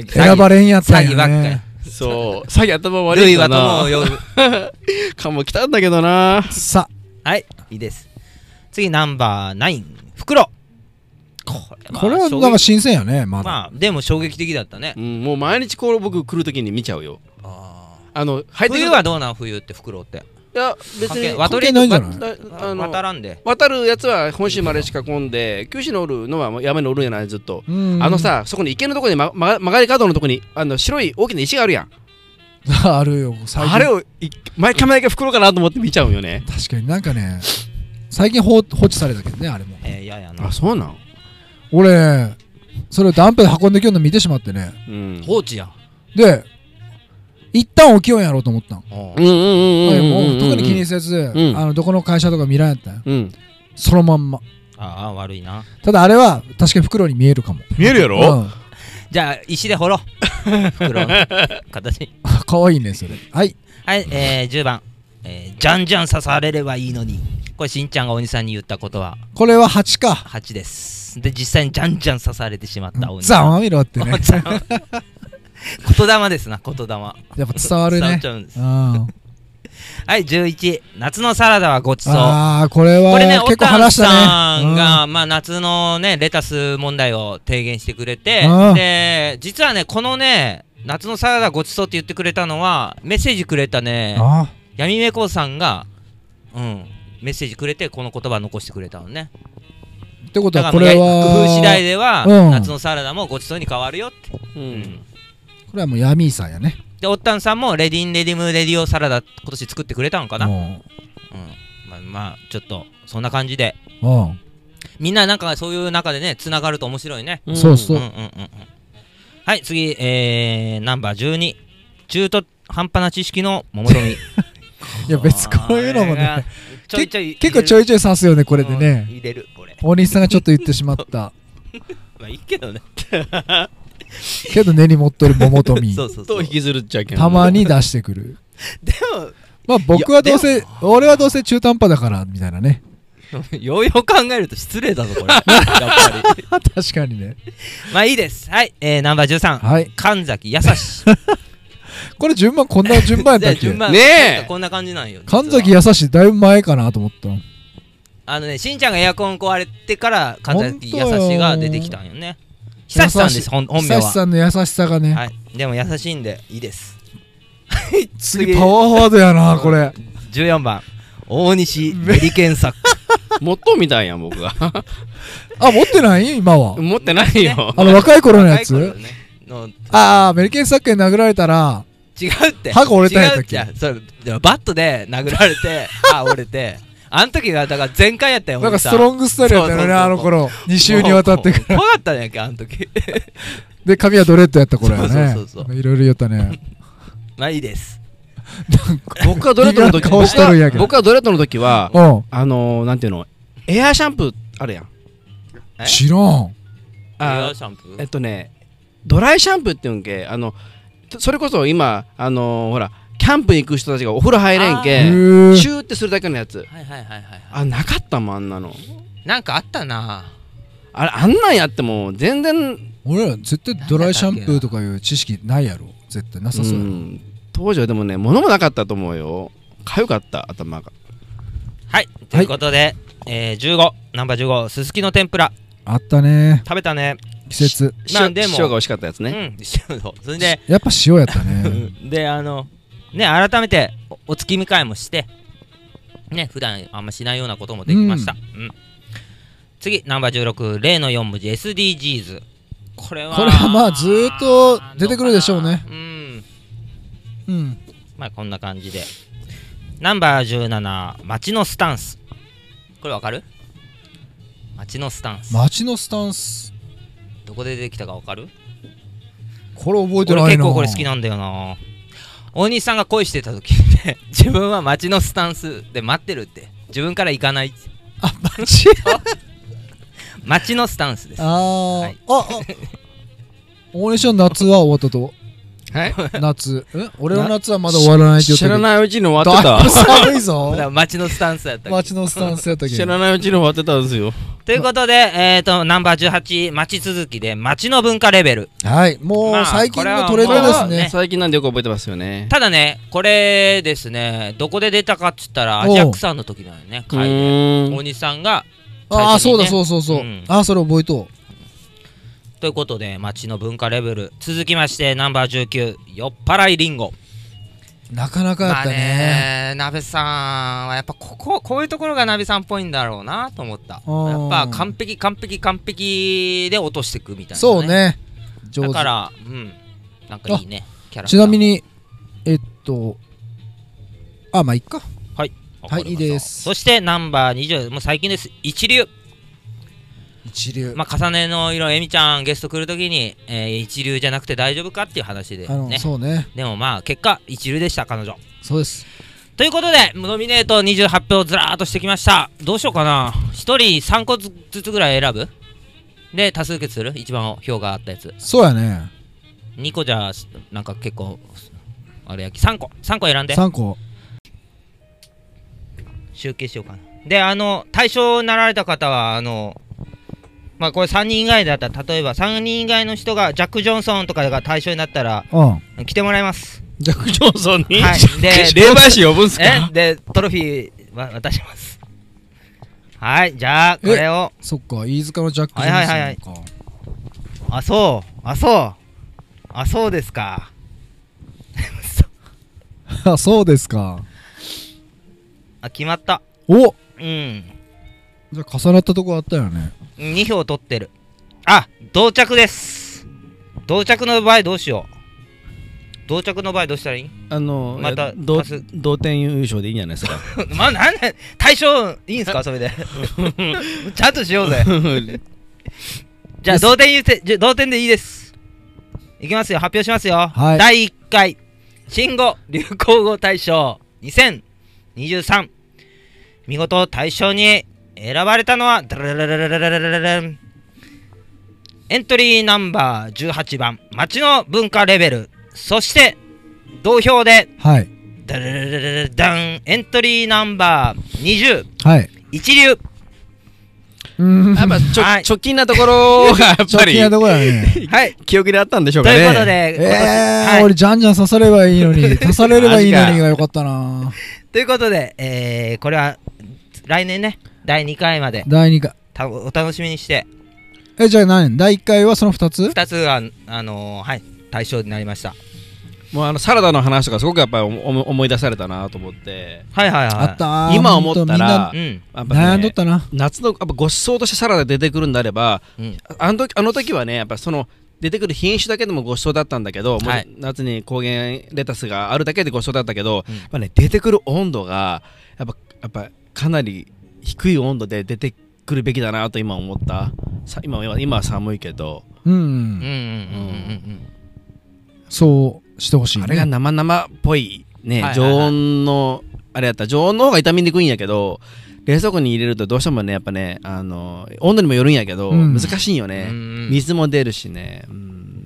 [SPEAKER 3] 選ばれんやった
[SPEAKER 2] 詐
[SPEAKER 3] んや
[SPEAKER 2] 欺ばっかり
[SPEAKER 3] ね
[SPEAKER 1] そうさっき頭悪
[SPEAKER 2] ル
[SPEAKER 1] い
[SPEAKER 2] イ
[SPEAKER 1] か
[SPEAKER 2] は友
[SPEAKER 1] な
[SPEAKER 2] を呼ぶ。
[SPEAKER 1] かも来たんだけどな
[SPEAKER 3] さ
[SPEAKER 2] はい、いいです。次、ナンバーナイン、袋。これ
[SPEAKER 3] これはなん
[SPEAKER 2] 衝撃
[SPEAKER 3] か新鮮やねまだ、
[SPEAKER 2] まあ、でも衝撃的だったね。
[SPEAKER 1] うんもう毎日こう僕来るときに見ちゃうよ
[SPEAKER 2] あ
[SPEAKER 1] あの
[SPEAKER 2] ー
[SPEAKER 1] 入ってくる
[SPEAKER 2] 冬はどうなん冬って袋って。
[SPEAKER 1] いや別
[SPEAKER 2] 関係
[SPEAKER 1] に
[SPEAKER 2] 渡
[SPEAKER 3] 関係
[SPEAKER 2] り
[SPEAKER 3] ないんじゃない
[SPEAKER 1] だあの
[SPEAKER 2] 渡らんで。
[SPEAKER 1] 渡るやつは本州までしか混んで九州のおるのはもう山におるんやないずっと、
[SPEAKER 3] うん
[SPEAKER 1] あのさそこに池のとこに、ま、ま曲がり角のとこにあの白い大きな石があるやん
[SPEAKER 3] あるよ最近
[SPEAKER 1] あれをい毎回毎回袋かなと思って見ちゃうんよね
[SPEAKER 3] 確かになんかね最近放放置されたけどねあれも
[SPEAKER 2] えー、いやいやな
[SPEAKER 1] あ。そうなん
[SPEAKER 3] 俺それをダンプで運んできようの見てしまってね
[SPEAKER 1] うん
[SPEAKER 2] 放置やん。
[SPEAKER 3] で一旦起きようやろうと思ったん、
[SPEAKER 2] お
[SPEAKER 1] うんうんうんうんうんうん
[SPEAKER 3] もう特に気にせず、
[SPEAKER 1] うん
[SPEAKER 3] あのどこの会社とか見らんやったんよ
[SPEAKER 1] うん
[SPEAKER 3] そのまんま
[SPEAKER 2] ああ、悪いな。
[SPEAKER 3] ただあれは確かに袋に見えるかも
[SPEAKER 1] 見えるや
[SPEAKER 3] う
[SPEAKER 1] ろ
[SPEAKER 3] ん
[SPEAKER 2] じゃあ、石で掘ろう。袋の形。
[SPEAKER 3] かわいいねそれはい
[SPEAKER 2] はい、えー、10番、えー、じゃんじゃん刺されればいいのに。これ、しんちゃんが鬼さんに言ったことは
[SPEAKER 3] これは8か
[SPEAKER 2] 8です。で、実際にじゃんじゃん刺されてしまった鬼
[SPEAKER 3] ざ
[SPEAKER 2] さん。
[SPEAKER 3] まみろってね
[SPEAKER 2] ざわ言霊ですな、言霊。
[SPEAKER 3] やっぱ伝わる
[SPEAKER 2] 伝わっ
[SPEAKER 3] ね
[SPEAKER 2] ちゃうんです
[SPEAKER 3] うんあ
[SPEAKER 2] はい、11、夏のサラダはごちそう。
[SPEAKER 3] あーこれは
[SPEAKER 2] これね、
[SPEAKER 3] 結
[SPEAKER 2] お
[SPEAKER 3] 構
[SPEAKER 2] た
[SPEAKER 3] 話したね
[SPEAKER 2] さん
[SPEAKER 3] う
[SPEAKER 2] が、まあ、夏のね、レタス問題を提言してくれて
[SPEAKER 3] うん、
[SPEAKER 2] で、実はね、このね、夏のサラダごちそうって言ってくれたのは、メッセージくれたね、
[SPEAKER 3] ああ
[SPEAKER 2] 闇めこさんが、うん、メッセージくれて、この言葉を残してくれたのね。
[SPEAKER 3] ってこと
[SPEAKER 2] だか
[SPEAKER 3] は
[SPEAKER 2] ら
[SPEAKER 3] これ
[SPEAKER 2] もう工夫次第
[SPEAKER 3] は
[SPEAKER 2] では、
[SPEAKER 3] うん
[SPEAKER 2] 夏のサラダもごちそうに変わるよって。
[SPEAKER 1] う
[SPEAKER 2] うんん
[SPEAKER 3] これはもうヤミーさんやね
[SPEAKER 2] で、おったんさんも、レディン・レディム・レディオサラダ、今年作ってくれたのかな。うん。
[SPEAKER 3] も
[SPEAKER 2] まあ、まあ、ちょっと、そんな感じで、
[SPEAKER 3] ううん
[SPEAKER 2] みんななんかそういう中でね、つながると面白いね。
[SPEAKER 1] ん
[SPEAKER 3] そうそ
[SPEAKER 2] うん
[SPEAKER 3] う
[SPEAKER 2] うんうんうん。はい、次、えー、ナンバー12。中途半端な知識の桃富。い
[SPEAKER 3] いや 別にこういうのもね。
[SPEAKER 2] ちょいちょい。
[SPEAKER 3] 結構ちょいちょい刺すよねこれで
[SPEAKER 2] うん
[SPEAKER 3] ね
[SPEAKER 2] 入れる、これ。
[SPEAKER 3] 大西さんがちょっと言ってしまった
[SPEAKER 2] まあいいけどね。
[SPEAKER 3] けど根に持っとる桃富
[SPEAKER 2] そうそうそ
[SPEAKER 1] と
[SPEAKER 2] う
[SPEAKER 1] 引。きずるっちゃいけん
[SPEAKER 3] たまに出してくる
[SPEAKER 2] でも、
[SPEAKER 3] まあ僕はどうせ俺はどうせ中途半端だからみたいな ね
[SPEAKER 2] ようよう考えると失礼だぞ、こ れ。やっぱり。
[SPEAKER 3] 確かにね
[SPEAKER 2] まあいいです。はい、えー、ナンバー13。
[SPEAKER 3] はい
[SPEAKER 2] 神崎やさし。
[SPEAKER 3] これ順番こんな順番やったっ
[SPEAKER 2] じゃ
[SPEAKER 3] け
[SPEAKER 2] あ順番
[SPEAKER 1] ねえ
[SPEAKER 2] なんかこんな感じなんよ。実は
[SPEAKER 3] 神崎優しいだいぶ前かなと思ったの
[SPEAKER 2] あのね、しんちゃんがエアコン壊れてから、神崎やさしが出てきたんよね。
[SPEAKER 3] 本当よ
[SPEAKER 2] 久しさんです、本本名
[SPEAKER 3] 久し
[SPEAKER 2] は。
[SPEAKER 3] さんの優しさがね
[SPEAKER 2] はい、でも優しいんで、いいです。
[SPEAKER 3] 次パワーフォワードやなこれ
[SPEAKER 2] 14番、大西メリケンサック。
[SPEAKER 1] 持っとうみたいやん僕が
[SPEAKER 3] あ持ってない今は
[SPEAKER 1] 持ってないよ
[SPEAKER 3] あの若い頃のや
[SPEAKER 2] 若い
[SPEAKER 3] つ
[SPEAKER 2] 頃ねの
[SPEAKER 3] ああアメリケンサックに殴られたら
[SPEAKER 2] 違うって。
[SPEAKER 3] 歯が折れたんやっ
[SPEAKER 2] 違
[SPEAKER 3] た
[SPEAKER 2] う
[SPEAKER 3] っ
[SPEAKER 2] っ
[SPEAKER 3] け
[SPEAKER 2] て。それでもバットで殴られ て、歯折れて。あの時が、だから全開やったよ、
[SPEAKER 3] なんか
[SPEAKER 2] おじさ
[SPEAKER 3] ストロングスタイルやったよ
[SPEAKER 2] そう
[SPEAKER 3] ね
[SPEAKER 2] そうそう
[SPEAKER 3] あの頃2週にわたって
[SPEAKER 2] も
[SPEAKER 3] か
[SPEAKER 2] う
[SPEAKER 3] ら
[SPEAKER 2] 怖かったんやんけ、あの時。
[SPEAKER 3] で髪はドレッドやった頃やね
[SPEAKER 2] そうそうそうそう
[SPEAKER 3] いろいろ言ったね
[SPEAKER 2] まあいいです。
[SPEAKER 1] 僕はドレッドの時
[SPEAKER 3] 微妙な顔しとるんやけど
[SPEAKER 1] 僕はドレッドの時は
[SPEAKER 3] うん
[SPEAKER 1] あのー、なんていうのエアシャンプーあるやん
[SPEAKER 2] え
[SPEAKER 3] 知らん
[SPEAKER 2] ヘ
[SPEAKER 1] あ
[SPEAKER 2] アシャンプー
[SPEAKER 1] えっとねドライシャンプーっていうんけあのそれこそ今あのー、ほらキャンプに行く人たちがお風呂入れん
[SPEAKER 3] へ
[SPEAKER 1] け
[SPEAKER 3] ー
[SPEAKER 1] シューってするだけのやつ
[SPEAKER 2] はいはいはいはいは
[SPEAKER 1] あなかったもんあんなの
[SPEAKER 2] い。なんかあったな
[SPEAKER 1] あれあんなんやっても全然、
[SPEAKER 3] 俺ら絶対ドライシャンプーとかいう知識ないやろ絶対な
[SPEAKER 1] う
[SPEAKER 3] さそうやろ
[SPEAKER 1] ん、当時はでもね物もなかったと思うよかゆかった頭が
[SPEAKER 2] はい、ということで、えー、15、ナンバー15、すすきの天ぷら、
[SPEAKER 3] あったね
[SPEAKER 2] 食べたね。
[SPEAKER 3] 季節
[SPEAKER 2] まあ
[SPEAKER 1] 塩
[SPEAKER 2] でも
[SPEAKER 1] 塩が美味しかったやつね、
[SPEAKER 2] うん、そうそれで、
[SPEAKER 3] やっぱ塩やった
[SPEAKER 2] う
[SPEAKER 3] ね
[SPEAKER 2] んで、あの、ね、改めてお、お月見会もして、ね、普段あんましないようなこともできました。うん。次、ナンバー16、例の4文字、SDGs。これは、
[SPEAKER 3] これはまあずーっと出てくるでしょうね
[SPEAKER 2] うん。
[SPEAKER 3] うん
[SPEAKER 2] まあこんな感じで。ナンバー17、街のスタンス。これわかる街のスタンス。
[SPEAKER 3] 街のスタンス
[SPEAKER 2] どこで出てきたかわかる
[SPEAKER 3] これ覚えて
[SPEAKER 2] 俺
[SPEAKER 3] ない
[SPEAKER 2] 結
[SPEAKER 3] な
[SPEAKER 2] 構これ好きなんだよな。大西さんが恋してた時って、 自分は街のスタンスで待ってるって。自分から行かないって。
[SPEAKER 3] あ街
[SPEAKER 2] 街のスタンスです。
[SPEAKER 3] あー、
[SPEAKER 2] はい
[SPEAKER 3] ああ大西の夏は終わったと
[SPEAKER 1] はい
[SPEAKER 3] 夏え俺の夏はまだ終わらないって言って
[SPEAKER 1] 知ら
[SPEAKER 3] い
[SPEAKER 1] ないうちに 終わって
[SPEAKER 3] だいぶ
[SPEAKER 1] た
[SPEAKER 3] 寒い
[SPEAKER 2] だから
[SPEAKER 3] ぞ
[SPEAKER 2] 街のスタンスやったっけ
[SPEAKER 3] 街のスタンスやったけ
[SPEAKER 1] 知
[SPEAKER 3] ど
[SPEAKER 1] らないうちに終わってたんですよ
[SPEAKER 2] ということで、えっ、と、ナンバー18、街続きで、街の文化レベル。
[SPEAKER 3] はいも
[SPEAKER 2] ま
[SPEAKER 3] う
[SPEAKER 2] あ
[SPEAKER 3] 最近のトレン
[SPEAKER 2] これ
[SPEAKER 3] ド
[SPEAKER 2] は
[SPEAKER 3] です
[SPEAKER 2] もう
[SPEAKER 3] ね
[SPEAKER 1] 最近なんでよく覚えてますよね
[SPEAKER 2] ただね、これですね、どこで出たかっつったら、アジャックさんの時なのよね、
[SPEAKER 1] う
[SPEAKER 2] 会で。
[SPEAKER 1] ーん
[SPEAKER 2] 大西さんが、
[SPEAKER 3] ああ
[SPEAKER 2] 最
[SPEAKER 3] そう
[SPEAKER 2] 初にね
[SPEAKER 3] だそうそうそう
[SPEAKER 2] うん
[SPEAKER 3] あーそれ覚えと
[SPEAKER 2] ということで、街の文化レベル。続きまして、ナンバー19、酔っ払いリンゴ。
[SPEAKER 3] うなかなかや
[SPEAKER 2] ま
[SPEAKER 3] っ
[SPEAKER 2] あ
[SPEAKER 3] たね
[SPEAKER 2] ね、鍋さんはやっぱここ、こういうところが鍋さんっぽいんだろうなと思った。
[SPEAKER 3] ー
[SPEAKER 2] やっぱ完璧、完璧、完璧で落としていくみたいな、
[SPEAKER 3] そう。ね上
[SPEAKER 2] だか
[SPEAKER 3] 手
[SPEAKER 2] ら、うん、なんかいいね、キャラクタ
[SPEAKER 3] ち
[SPEAKER 2] ー
[SPEAKER 3] なみ、にえっとあまあいっか
[SPEAKER 2] わかりました
[SPEAKER 3] はいいいです
[SPEAKER 2] そしてナンバー20、もう最近です、一流。
[SPEAKER 3] 一流
[SPEAKER 2] まあ、重ねの色、えみちゃん、ゲスト来るときに、えー一流じゃなくて大丈夫かっていう話で、
[SPEAKER 3] あの
[SPEAKER 2] ね。
[SPEAKER 3] そうね
[SPEAKER 2] でもまあ、結果、一流でした、彼女。
[SPEAKER 3] そうです
[SPEAKER 2] ということで、ノミネート28票ずらーっとしてきました。どうしようかな。1人3個ずつぐらい選ぶで、多数決する一番票があったやつ。
[SPEAKER 3] そうやね
[SPEAKER 2] 2個じゃ、なんか結構、あれやき、3個。3個選んで、
[SPEAKER 3] 3個
[SPEAKER 2] 集計しようかな。で、あの、対象になられた方は、あの、まあこれ3人以外だったら、例えば3人以外の人が、ジャック・ジョンソンとかが対象になったら、
[SPEAKER 3] うん
[SPEAKER 2] 来てもらいます。
[SPEAKER 1] ジャック・ジョンソンに、
[SPEAKER 2] はいで
[SPEAKER 1] 霊媒師呼ぶんす
[SPEAKER 2] え
[SPEAKER 1] か
[SPEAKER 2] で、トロフィーは渡します。はい、じゃあ、これを。
[SPEAKER 3] そっか飯塚のジャック・ジョン
[SPEAKER 2] はいはいはい
[SPEAKER 3] ソンか
[SPEAKER 2] あそうあそうあそうですか
[SPEAKER 3] あそうですか
[SPEAKER 2] あ決まった
[SPEAKER 3] お
[SPEAKER 2] うん
[SPEAKER 3] じゃあ重なったとこあったよね
[SPEAKER 2] 2票取ってるあ同着です同着の場合どうしよう同着の場合どうしたらい い
[SPEAKER 1] あの
[SPEAKER 2] また
[SPEAKER 1] いや同
[SPEAKER 2] パス
[SPEAKER 1] 同点優勝でいいんじゃないです か
[SPEAKER 2] まあなんで対象いいんすかそれで ちゃんとしようぜじゃあ同点優勢じゃ同点でいいですいきますよ発表しますよ、
[SPEAKER 3] はい
[SPEAKER 2] 第1回新語・流行語大賞2023見事大賞に選ばれたのはダララララララララランエントリーナンバー18番町の文化レベルそして同票で
[SPEAKER 3] はい
[SPEAKER 2] ダラララララダンエントリーナンバー20
[SPEAKER 3] はい
[SPEAKER 2] 一流
[SPEAKER 3] うーん
[SPEAKER 1] やっぱちょ
[SPEAKER 2] はい
[SPEAKER 1] 直近なとこ ろがやっぱ
[SPEAKER 3] 直近
[SPEAKER 1] り
[SPEAKER 3] なとこやね
[SPEAKER 2] はい
[SPEAKER 1] 記憶であったんでしょう
[SPEAKER 2] と
[SPEAKER 1] かね
[SPEAKER 2] いうことで、今年は
[SPEAKER 3] え
[SPEAKER 2] い
[SPEAKER 3] ー俺じゃんじゃん刺さればいいの に刺されればいいの
[SPEAKER 1] マジ
[SPEAKER 3] に
[SPEAKER 1] か
[SPEAKER 3] がよかったな
[SPEAKER 2] ということで、えー、これは来年ね第2回まで
[SPEAKER 3] 第2回
[SPEAKER 2] たお楽しみにして
[SPEAKER 3] えじゃあ何第1回はその2つ
[SPEAKER 2] 2つが、あのーはい、対象になりました
[SPEAKER 1] もうあのサラダの話とかすごくやっぱり思思い出されたなと思って
[SPEAKER 2] はいはいはい
[SPEAKER 3] あったー
[SPEAKER 1] 今思ったら
[SPEAKER 2] う
[SPEAKER 1] た
[SPEAKER 2] ん
[SPEAKER 1] やっぱね
[SPEAKER 3] 悩んどったな
[SPEAKER 1] 夏のやっぱご馳走としてサラダ出てくるんであれば
[SPEAKER 2] うん
[SPEAKER 1] ああの時あの時はねやっぱその出てくる品種だけでもご馳走だったんだけど、もう
[SPEAKER 2] はい
[SPEAKER 1] 夏に高原レタスがあるだけでご馳走だったけど、
[SPEAKER 2] うん
[SPEAKER 1] やっぱね、出てくる温度がやっぱやっぱかなり低い温度で出てくるべきだなと今思ったさ今は今は寒いけど、
[SPEAKER 3] うん、
[SPEAKER 2] うんうんうんうん
[SPEAKER 3] そうしてほしい、ね、
[SPEAKER 1] あれが生々っぽいね、
[SPEAKER 2] はいはいはい
[SPEAKER 1] 常温のあれやったら常温の方が傷みにくいんやけど冷蔵庫に入れるとどうしてもねやっぱねあの温度にもよるんやけど、
[SPEAKER 3] うん
[SPEAKER 1] 難しいんよ
[SPEAKER 2] うん
[SPEAKER 1] ね、
[SPEAKER 2] うんうん
[SPEAKER 1] 水も出るしね、うん、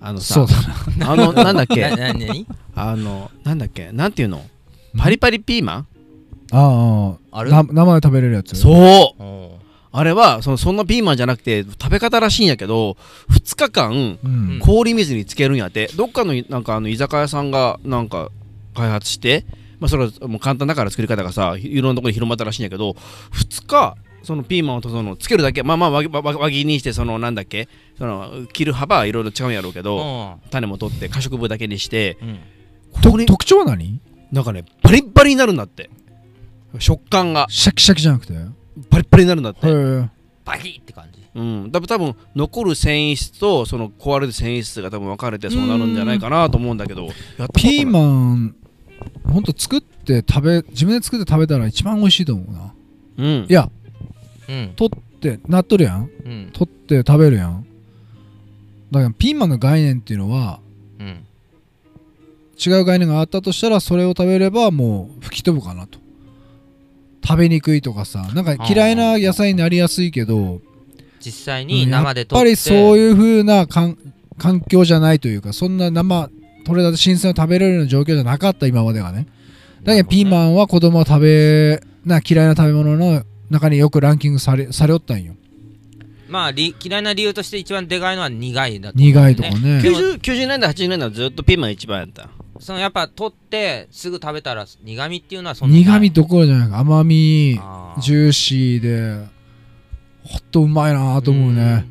[SPEAKER 1] あの
[SPEAKER 3] そ
[SPEAKER 1] さ
[SPEAKER 3] うだな
[SPEAKER 1] あのなんだっ
[SPEAKER 2] な
[SPEAKER 1] け
[SPEAKER 2] なに
[SPEAKER 1] あのなんだっけなんていうのパリパリピーマン
[SPEAKER 3] ああ
[SPEAKER 2] ある
[SPEAKER 3] な生で食べれるやつ
[SPEAKER 1] そう
[SPEAKER 2] おー
[SPEAKER 1] あれはそのそんなピーマンじゃなくて食べ方らしいんやけど2日間
[SPEAKER 3] う
[SPEAKER 2] うん
[SPEAKER 3] ん、
[SPEAKER 1] 氷水につけるんやってどっかのなんかあの居酒屋さんがなんか開発して、まあ、それはもう簡単だから作り方がさいろんなところに広まったらしいんやけど2日そのピーマンをとそのつけるだけまあまあ輪輪輪切りにしてそのなんだっけその切る幅はいろいろ違うんやろうけど
[SPEAKER 2] お
[SPEAKER 1] 種も取って可食部だけにして
[SPEAKER 2] ーうん
[SPEAKER 3] と
[SPEAKER 1] 氷
[SPEAKER 3] 特徴は何
[SPEAKER 1] なんかねバリッバリになるんだって食感が
[SPEAKER 3] シャキシャキじゃなくてへ
[SPEAKER 1] バリッバリになるんだって
[SPEAKER 3] え
[SPEAKER 2] バキッって感じ
[SPEAKER 1] うん、だ多分残る繊維質とその壊れる繊維質が多分分かれてそうなるんじゃないかなと思うんだけどやった
[SPEAKER 3] ピー
[SPEAKER 1] ン
[SPEAKER 3] マンほんと作って食べ自分で作って食べたら一番美味しいと思うな
[SPEAKER 1] うん
[SPEAKER 3] いや
[SPEAKER 2] うん
[SPEAKER 3] 取ってなっとるやん
[SPEAKER 2] うん
[SPEAKER 3] 取って食べるやんだからピーマンの概念っていうのは
[SPEAKER 2] うん
[SPEAKER 3] 違う概念があったとしたらそれを食べればもう吹き飛ぶかなと食べにくいとかさなんか嫌いな野菜になりやすいけど
[SPEAKER 2] 実際
[SPEAKER 3] う
[SPEAKER 2] に
[SPEAKER 3] ん
[SPEAKER 2] 生で
[SPEAKER 3] やっぱ
[SPEAKER 2] 取って
[SPEAKER 3] りそういう風なかん環境じゃないというかそんな生取れたて新鮮を食べれるような状況じゃなかった今までがねだけどピーマンは子供は食べな嫌いな食べ物の中によくランキングされされおったんよ
[SPEAKER 2] まあり嫌いな理由として一番でかいのは苦いだと思うんだよ
[SPEAKER 3] 苦
[SPEAKER 2] ね
[SPEAKER 3] いとかね
[SPEAKER 2] でも
[SPEAKER 1] 90, 90年代80年代はずっとピーマン一番やった
[SPEAKER 2] そのやっぱ取ってすぐ食べたら苦味っていうのはそんなにな
[SPEAKER 3] 苦
[SPEAKER 2] い
[SPEAKER 3] 味どころじゃない甘み
[SPEAKER 2] あー
[SPEAKER 3] ジューシーでほっとうまいなと思うね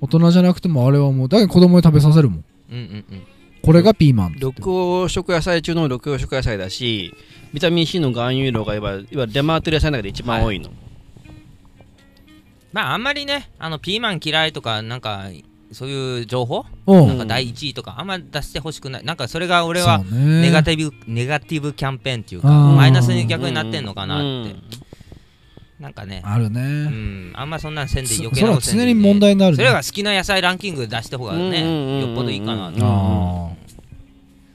[SPEAKER 3] 大人じゃなくてもあれはもうだけど子供に食べさせるもん
[SPEAKER 2] うんうんうん
[SPEAKER 3] これがピーマンって言
[SPEAKER 1] 緑
[SPEAKER 3] って
[SPEAKER 1] 黄色野菜中の緑黄色野菜だしビタミン C の含有量がいわゆる出回ってる野菜の中で一番多いの、
[SPEAKER 2] まああんまりねあのピーマン嫌いとかなんかそういう情報、
[SPEAKER 3] う
[SPEAKER 2] なん
[SPEAKER 3] ん
[SPEAKER 2] か第1位とかあんま出してほしくないなんかそれが俺
[SPEAKER 3] そう
[SPEAKER 2] は
[SPEAKER 3] ね
[SPEAKER 2] ネガティブ、ネガティブキャンペーンっていうか
[SPEAKER 3] あー
[SPEAKER 2] マイナスに逆になってんのかなって、
[SPEAKER 1] うん
[SPEAKER 2] なんかね
[SPEAKER 3] ある
[SPEAKER 2] う
[SPEAKER 3] ね
[SPEAKER 2] んあんまそんなんせんで
[SPEAKER 3] そ
[SPEAKER 2] 余
[SPEAKER 3] そ
[SPEAKER 2] 計
[SPEAKER 3] れ
[SPEAKER 2] な
[SPEAKER 3] は
[SPEAKER 2] ことせんで
[SPEAKER 3] 常
[SPEAKER 2] いい
[SPEAKER 3] に
[SPEAKER 2] ね
[SPEAKER 3] 問題になる
[SPEAKER 2] そ
[SPEAKER 3] ね
[SPEAKER 2] れが好きな野菜ランキング出した方がね
[SPEAKER 1] うん
[SPEAKER 2] よっぽどいいかな
[SPEAKER 1] うん
[SPEAKER 3] あー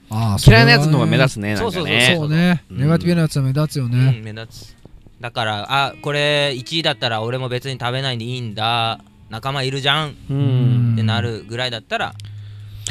[SPEAKER 3] あー
[SPEAKER 1] 嫌いなやつの方が目立
[SPEAKER 3] つ
[SPEAKER 1] つねなんか
[SPEAKER 2] そうそう
[SPEAKER 1] ね
[SPEAKER 3] そうね
[SPEAKER 1] うん
[SPEAKER 3] ネガティブなやつは目立つよ
[SPEAKER 2] う
[SPEAKER 3] ね
[SPEAKER 2] ん、目立つだからあこれ1位だったら俺も別に食べないでいいんだ仲間いるじゃんっ
[SPEAKER 1] う
[SPEAKER 3] うん
[SPEAKER 1] ん
[SPEAKER 2] てなるぐらいだったら、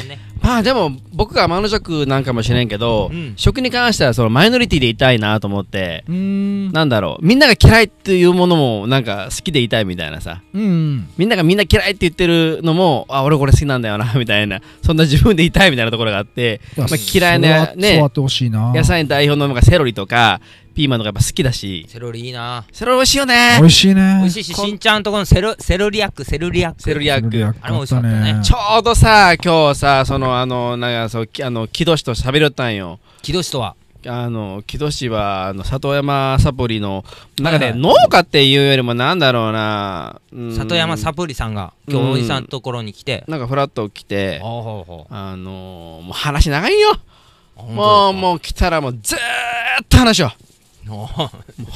[SPEAKER 2] ね
[SPEAKER 1] まあでも僕が天の弱なんかもしれんけど、
[SPEAKER 2] うん
[SPEAKER 1] 食に関してはそのマイノリティでいたいなと思って
[SPEAKER 3] うーん
[SPEAKER 1] なんだろうみんなが嫌いっていうものもなんか好きでいたいみたいなさ
[SPEAKER 3] うん
[SPEAKER 1] みんながみんな嫌いって言ってるのもあ俺これ好きなんだよなみ たいなそんな自分でいたいみたいなところがあって
[SPEAKER 3] ま
[SPEAKER 1] まあ嫌いなね
[SPEAKER 3] そうあってほしいな
[SPEAKER 1] 野菜代表のなんかセロリとかピーマンとかやっぱ好きだし
[SPEAKER 2] セロリいいな
[SPEAKER 1] セロリ美味しいよね
[SPEAKER 3] 美味しいね
[SPEAKER 2] 美味しいししんちゃんとこのセロセロリアックセロリアック
[SPEAKER 1] セロリアック
[SPEAKER 2] あれも美味しかったね
[SPEAKER 1] ちょうどさ今日さそのあのなんかそうきあの木戸氏と喋りよったんよ
[SPEAKER 2] 木戸氏とは
[SPEAKER 1] あの木戸氏はあの里山サポリの中
[SPEAKER 2] は
[SPEAKER 1] で
[SPEAKER 2] いはい
[SPEAKER 1] 農家っていうよりもなんだろうな、うん
[SPEAKER 2] 里山サプリさんが今日
[SPEAKER 1] うん
[SPEAKER 2] おじさんのところに来て、
[SPEAKER 1] なんかフラッと来て
[SPEAKER 2] ほうほうほう
[SPEAKER 1] あのもう話長いよ
[SPEAKER 2] あ
[SPEAKER 1] もう
[SPEAKER 2] 本
[SPEAKER 1] もう来たらもうずーっと話を
[SPEAKER 2] 当ですかおう
[SPEAKER 1] ほ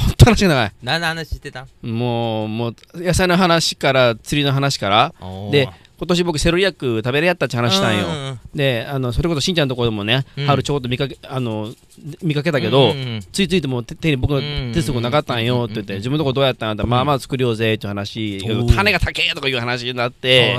[SPEAKER 1] んと話が長い
[SPEAKER 2] 何の話してた
[SPEAKER 1] もうもう野菜の話から釣りの話からで今年僕セロリアック食べれやったって話したんよ
[SPEAKER 2] よ
[SPEAKER 1] であのそれこそしんちゃんのところでもね、
[SPEAKER 2] うん
[SPEAKER 1] 春ちょこっと見かけあの見かけたけど、ついついてもう手手に僕の手すごなかったんよって言って
[SPEAKER 2] うん
[SPEAKER 1] 自分のとこどうやったんだまあまあ作りようぜって話
[SPEAKER 2] おう
[SPEAKER 1] 種が高えとかいう話になって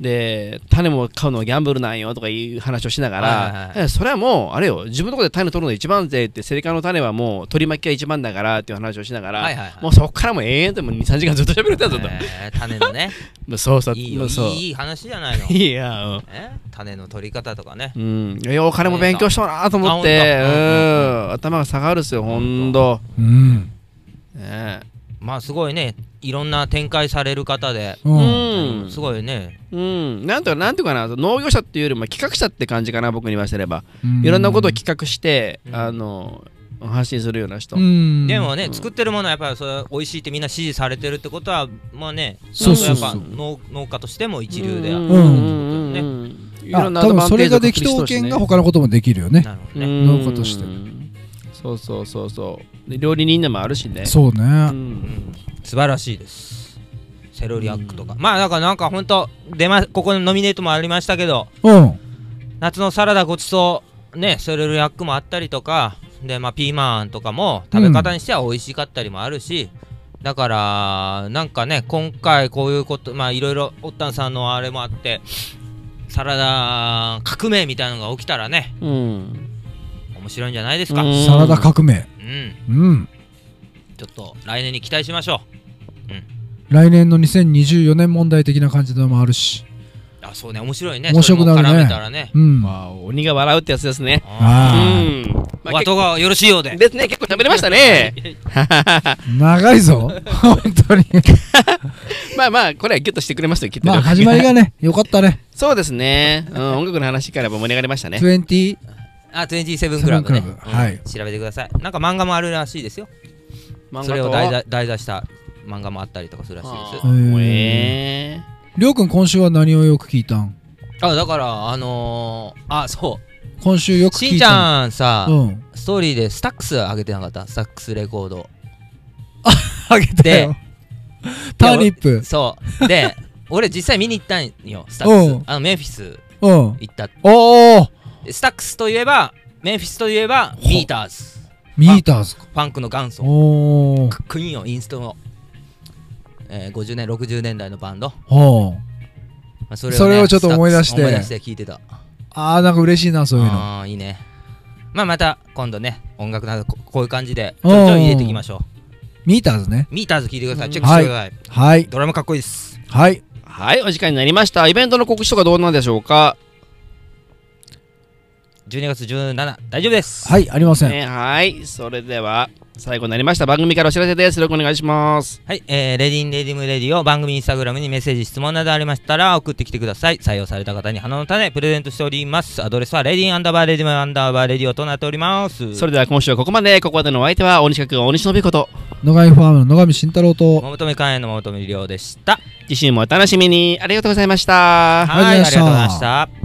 [SPEAKER 1] で種も買うのはギャンブルなんよとかいう話をしなが
[SPEAKER 2] はいはい
[SPEAKER 1] ら
[SPEAKER 2] はい
[SPEAKER 1] えそれはもうあれよ自分のとこで種取るの一番ぜってセリカの種はもう取り巻きが一番だからっていう話をしなが
[SPEAKER 2] はい
[SPEAKER 1] ら
[SPEAKER 2] はいはい
[SPEAKER 1] もうそっからもう永遠ともう23時間ずっと喋れてたぞと
[SPEAKER 2] えー種 のね
[SPEAKER 1] もうそうそう
[SPEAKER 2] いいよ
[SPEAKER 1] もうそう
[SPEAKER 2] いいいい話じゃないの
[SPEAKER 1] いやうん
[SPEAKER 2] え種の取り方とかね
[SPEAKER 1] うん、いやお金も勉強しとうなと思って、
[SPEAKER 2] あほん
[SPEAKER 1] う
[SPEAKER 2] と
[SPEAKER 1] ん、頭が下がるっすよ、ほんと。
[SPEAKER 3] うん
[SPEAKER 1] ね
[SPEAKER 2] まあすごいねいろんな展開される方で、
[SPEAKER 3] う
[SPEAKER 1] うんん、
[SPEAKER 2] すごいね
[SPEAKER 1] うん、なんとかなんとかな、農業者っていうよりも企画者って感じかな、僕に言わせれば。
[SPEAKER 3] うん
[SPEAKER 1] いろんなことを企画して、
[SPEAKER 2] うん
[SPEAKER 1] あの発信するような人。
[SPEAKER 3] うん
[SPEAKER 2] でもね、
[SPEAKER 1] うん
[SPEAKER 2] 作ってるものはやっぱりそれ美味しいってみんな支持されてるってことはまあね
[SPEAKER 3] そうそうそう
[SPEAKER 2] やっぱ農農家としても一流であ
[SPEAKER 1] う
[SPEAKER 2] る、
[SPEAKER 1] ん
[SPEAKER 3] う
[SPEAKER 1] うん
[SPEAKER 2] ね
[SPEAKER 1] うんい
[SPEAKER 3] あ多
[SPEAKER 1] ろんなアド
[SPEAKER 3] 分
[SPEAKER 1] バン
[SPEAKER 3] そ
[SPEAKER 1] テー
[SPEAKER 3] れ
[SPEAKER 1] ジを
[SPEAKER 3] が
[SPEAKER 1] 確
[SPEAKER 3] で
[SPEAKER 1] 立し
[SPEAKER 3] きと
[SPEAKER 1] と
[SPEAKER 3] う
[SPEAKER 1] うしね
[SPEAKER 3] けんが他のこともできるよね
[SPEAKER 2] なるほ
[SPEAKER 1] う
[SPEAKER 2] どね、
[SPEAKER 1] ん
[SPEAKER 3] 農家として
[SPEAKER 1] そうそうそうそうで料理人でもあるしね
[SPEAKER 3] そう
[SPEAKER 1] う
[SPEAKER 3] ね
[SPEAKER 2] うんん素晴らしいですセロリアックとか、まあだからなんかほんと出まここのノミネートもありましたけど
[SPEAKER 3] うん
[SPEAKER 2] 夏のサラダごちそうねセロリアックもあったりとかでまあピーマンとかも食べ方にしては美味しかったりもあるし、だからなんかね今回こういうことまあいろいろおったんさんのあれもあってサラダ革命みたいなのが起きたらね
[SPEAKER 1] うん
[SPEAKER 2] 面白いんじゃないですか、
[SPEAKER 1] う
[SPEAKER 2] うんん
[SPEAKER 3] サラダ革命うん
[SPEAKER 2] ちょっと来年に期待しましょ
[SPEAKER 3] 来年の2024年問題的な感じのもあるし
[SPEAKER 2] うあそうね面白いね
[SPEAKER 3] 面白くなるね
[SPEAKER 2] それも絡めたらね
[SPEAKER 3] うん
[SPEAKER 1] まあ鬼が笑うってやつですね
[SPEAKER 2] あ
[SPEAKER 1] う
[SPEAKER 3] あ
[SPEAKER 1] ん
[SPEAKER 2] ー
[SPEAKER 1] ま
[SPEAKER 2] お
[SPEAKER 1] あ
[SPEAKER 2] 後がよろしいようで
[SPEAKER 1] ですね結構喋れましたね
[SPEAKER 3] ー長い ぞ本当に
[SPEAKER 1] まあまあこれはギュッとしてくれましたよきっと
[SPEAKER 3] まあ始まりがねよかったね
[SPEAKER 1] そうですね、うん、音楽の話からも盛り上がりましたね
[SPEAKER 3] 20
[SPEAKER 2] あ27クラブね
[SPEAKER 3] セブンクラブはい
[SPEAKER 2] うん調べてくださいなんか漫画もあるらしいですよ
[SPEAKER 1] 漫
[SPEAKER 2] それ
[SPEAKER 1] 画
[SPEAKER 2] を
[SPEAKER 1] と
[SPEAKER 2] 題材題材した漫画もあったりとかするらしいです
[SPEAKER 1] あー
[SPEAKER 3] へ
[SPEAKER 1] へ
[SPEAKER 3] りょうくん今週は何をよく聞いたん
[SPEAKER 2] あだからあのー、あそ
[SPEAKER 3] 今週よ
[SPEAKER 2] う
[SPEAKER 3] く
[SPEAKER 2] し
[SPEAKER 3] 聞
[SPEAKER 2] ん
[SPEAKER 3] い
[SPEAKER 2] ち
[SPEAKER 3] たん
[SPEAKER 2] ゃんさ、
[SPEAKER 3] うん
[SPEAKER 2] ストーリーでスタックス上げてなかったスタックスレコード
[SPEAKER 3] あげたよターニップ
[SPEAKER 2] そうで俺実際見に行ったんよスタッ
[SPEAKER 3] うん
[SPEAKER 2] クスあのメンフィス
[SPEAKER 3] うん
[SPEAKER 2] 行った
[SPEAKER 3] おお
[SPEAKER 2] でスタックスといえばメンフィスといえば
[SPEAKER 3] ほ
[SPEAKER 2] ビーターズ
[SPEAKER 3] ミーターズか
[SPEAKER 2] ファンクの元祖
[SPEAKER 3] おお
[SPEAKER 2] かっこいいよインストの、えー50年60年代のバンド、ま
[SPEAKER 3] は
[SPEAKER 2] あ、それを,、ね、
[SPEAKER 3] それをちょっと思い出して
[SPEAKER 2] 思い出して聞いてた
[SPEAKER 3] ああなんか嬉しいなそういうの
[SPEAKER 2] あーいいねまあまた今度ね音楽などここういう感じでちょいちょい入れていきましょう
[SPEAKER 3] ミーターズね
[SPEAKER 2] ミーターズ聞いてくださいチェックしてください、
[SPEAKER 3] はい
[SPEAKER 2] ドラムかっこいいです
[SPEAKER 3] はい
[SPEAKER 1] はい、お時間になりました。イベントの告知とかどうなんでしょうか。
[SPEAKER 2] 12月17大丈夫です
[SPEAKER 3] はいありません
[SPEAKER 1] ね、はい、それでは最後になりました。番組からお知らせです。よろしくお願いします。
[SPEAKER 2] はい、えー、レディンレディムレディオ番組インスタグラムにメッセージ質問などありましたら送ってきてください採用された方に花の種プレゼントしておりますアドレスはレディンアンダーバーレディムアンダーバーレディオとなっております
[SPEAKER 1] それでは今週はここまで。ここまでのお相手は大西学大西信彦と。
[SPEAKER 3] 野上ファームの野上慎太郎と
[SPEAKER 2] 桃留会員の桃留亮でした
[SPEAKER 1] 次週もお楽しみに。ありがとうございました。
[SPEAKER 3] ありがとうございま
[SPEAKER 2] あ
[SPEAKER 3] した
[SPEAKER 2] りがとうございました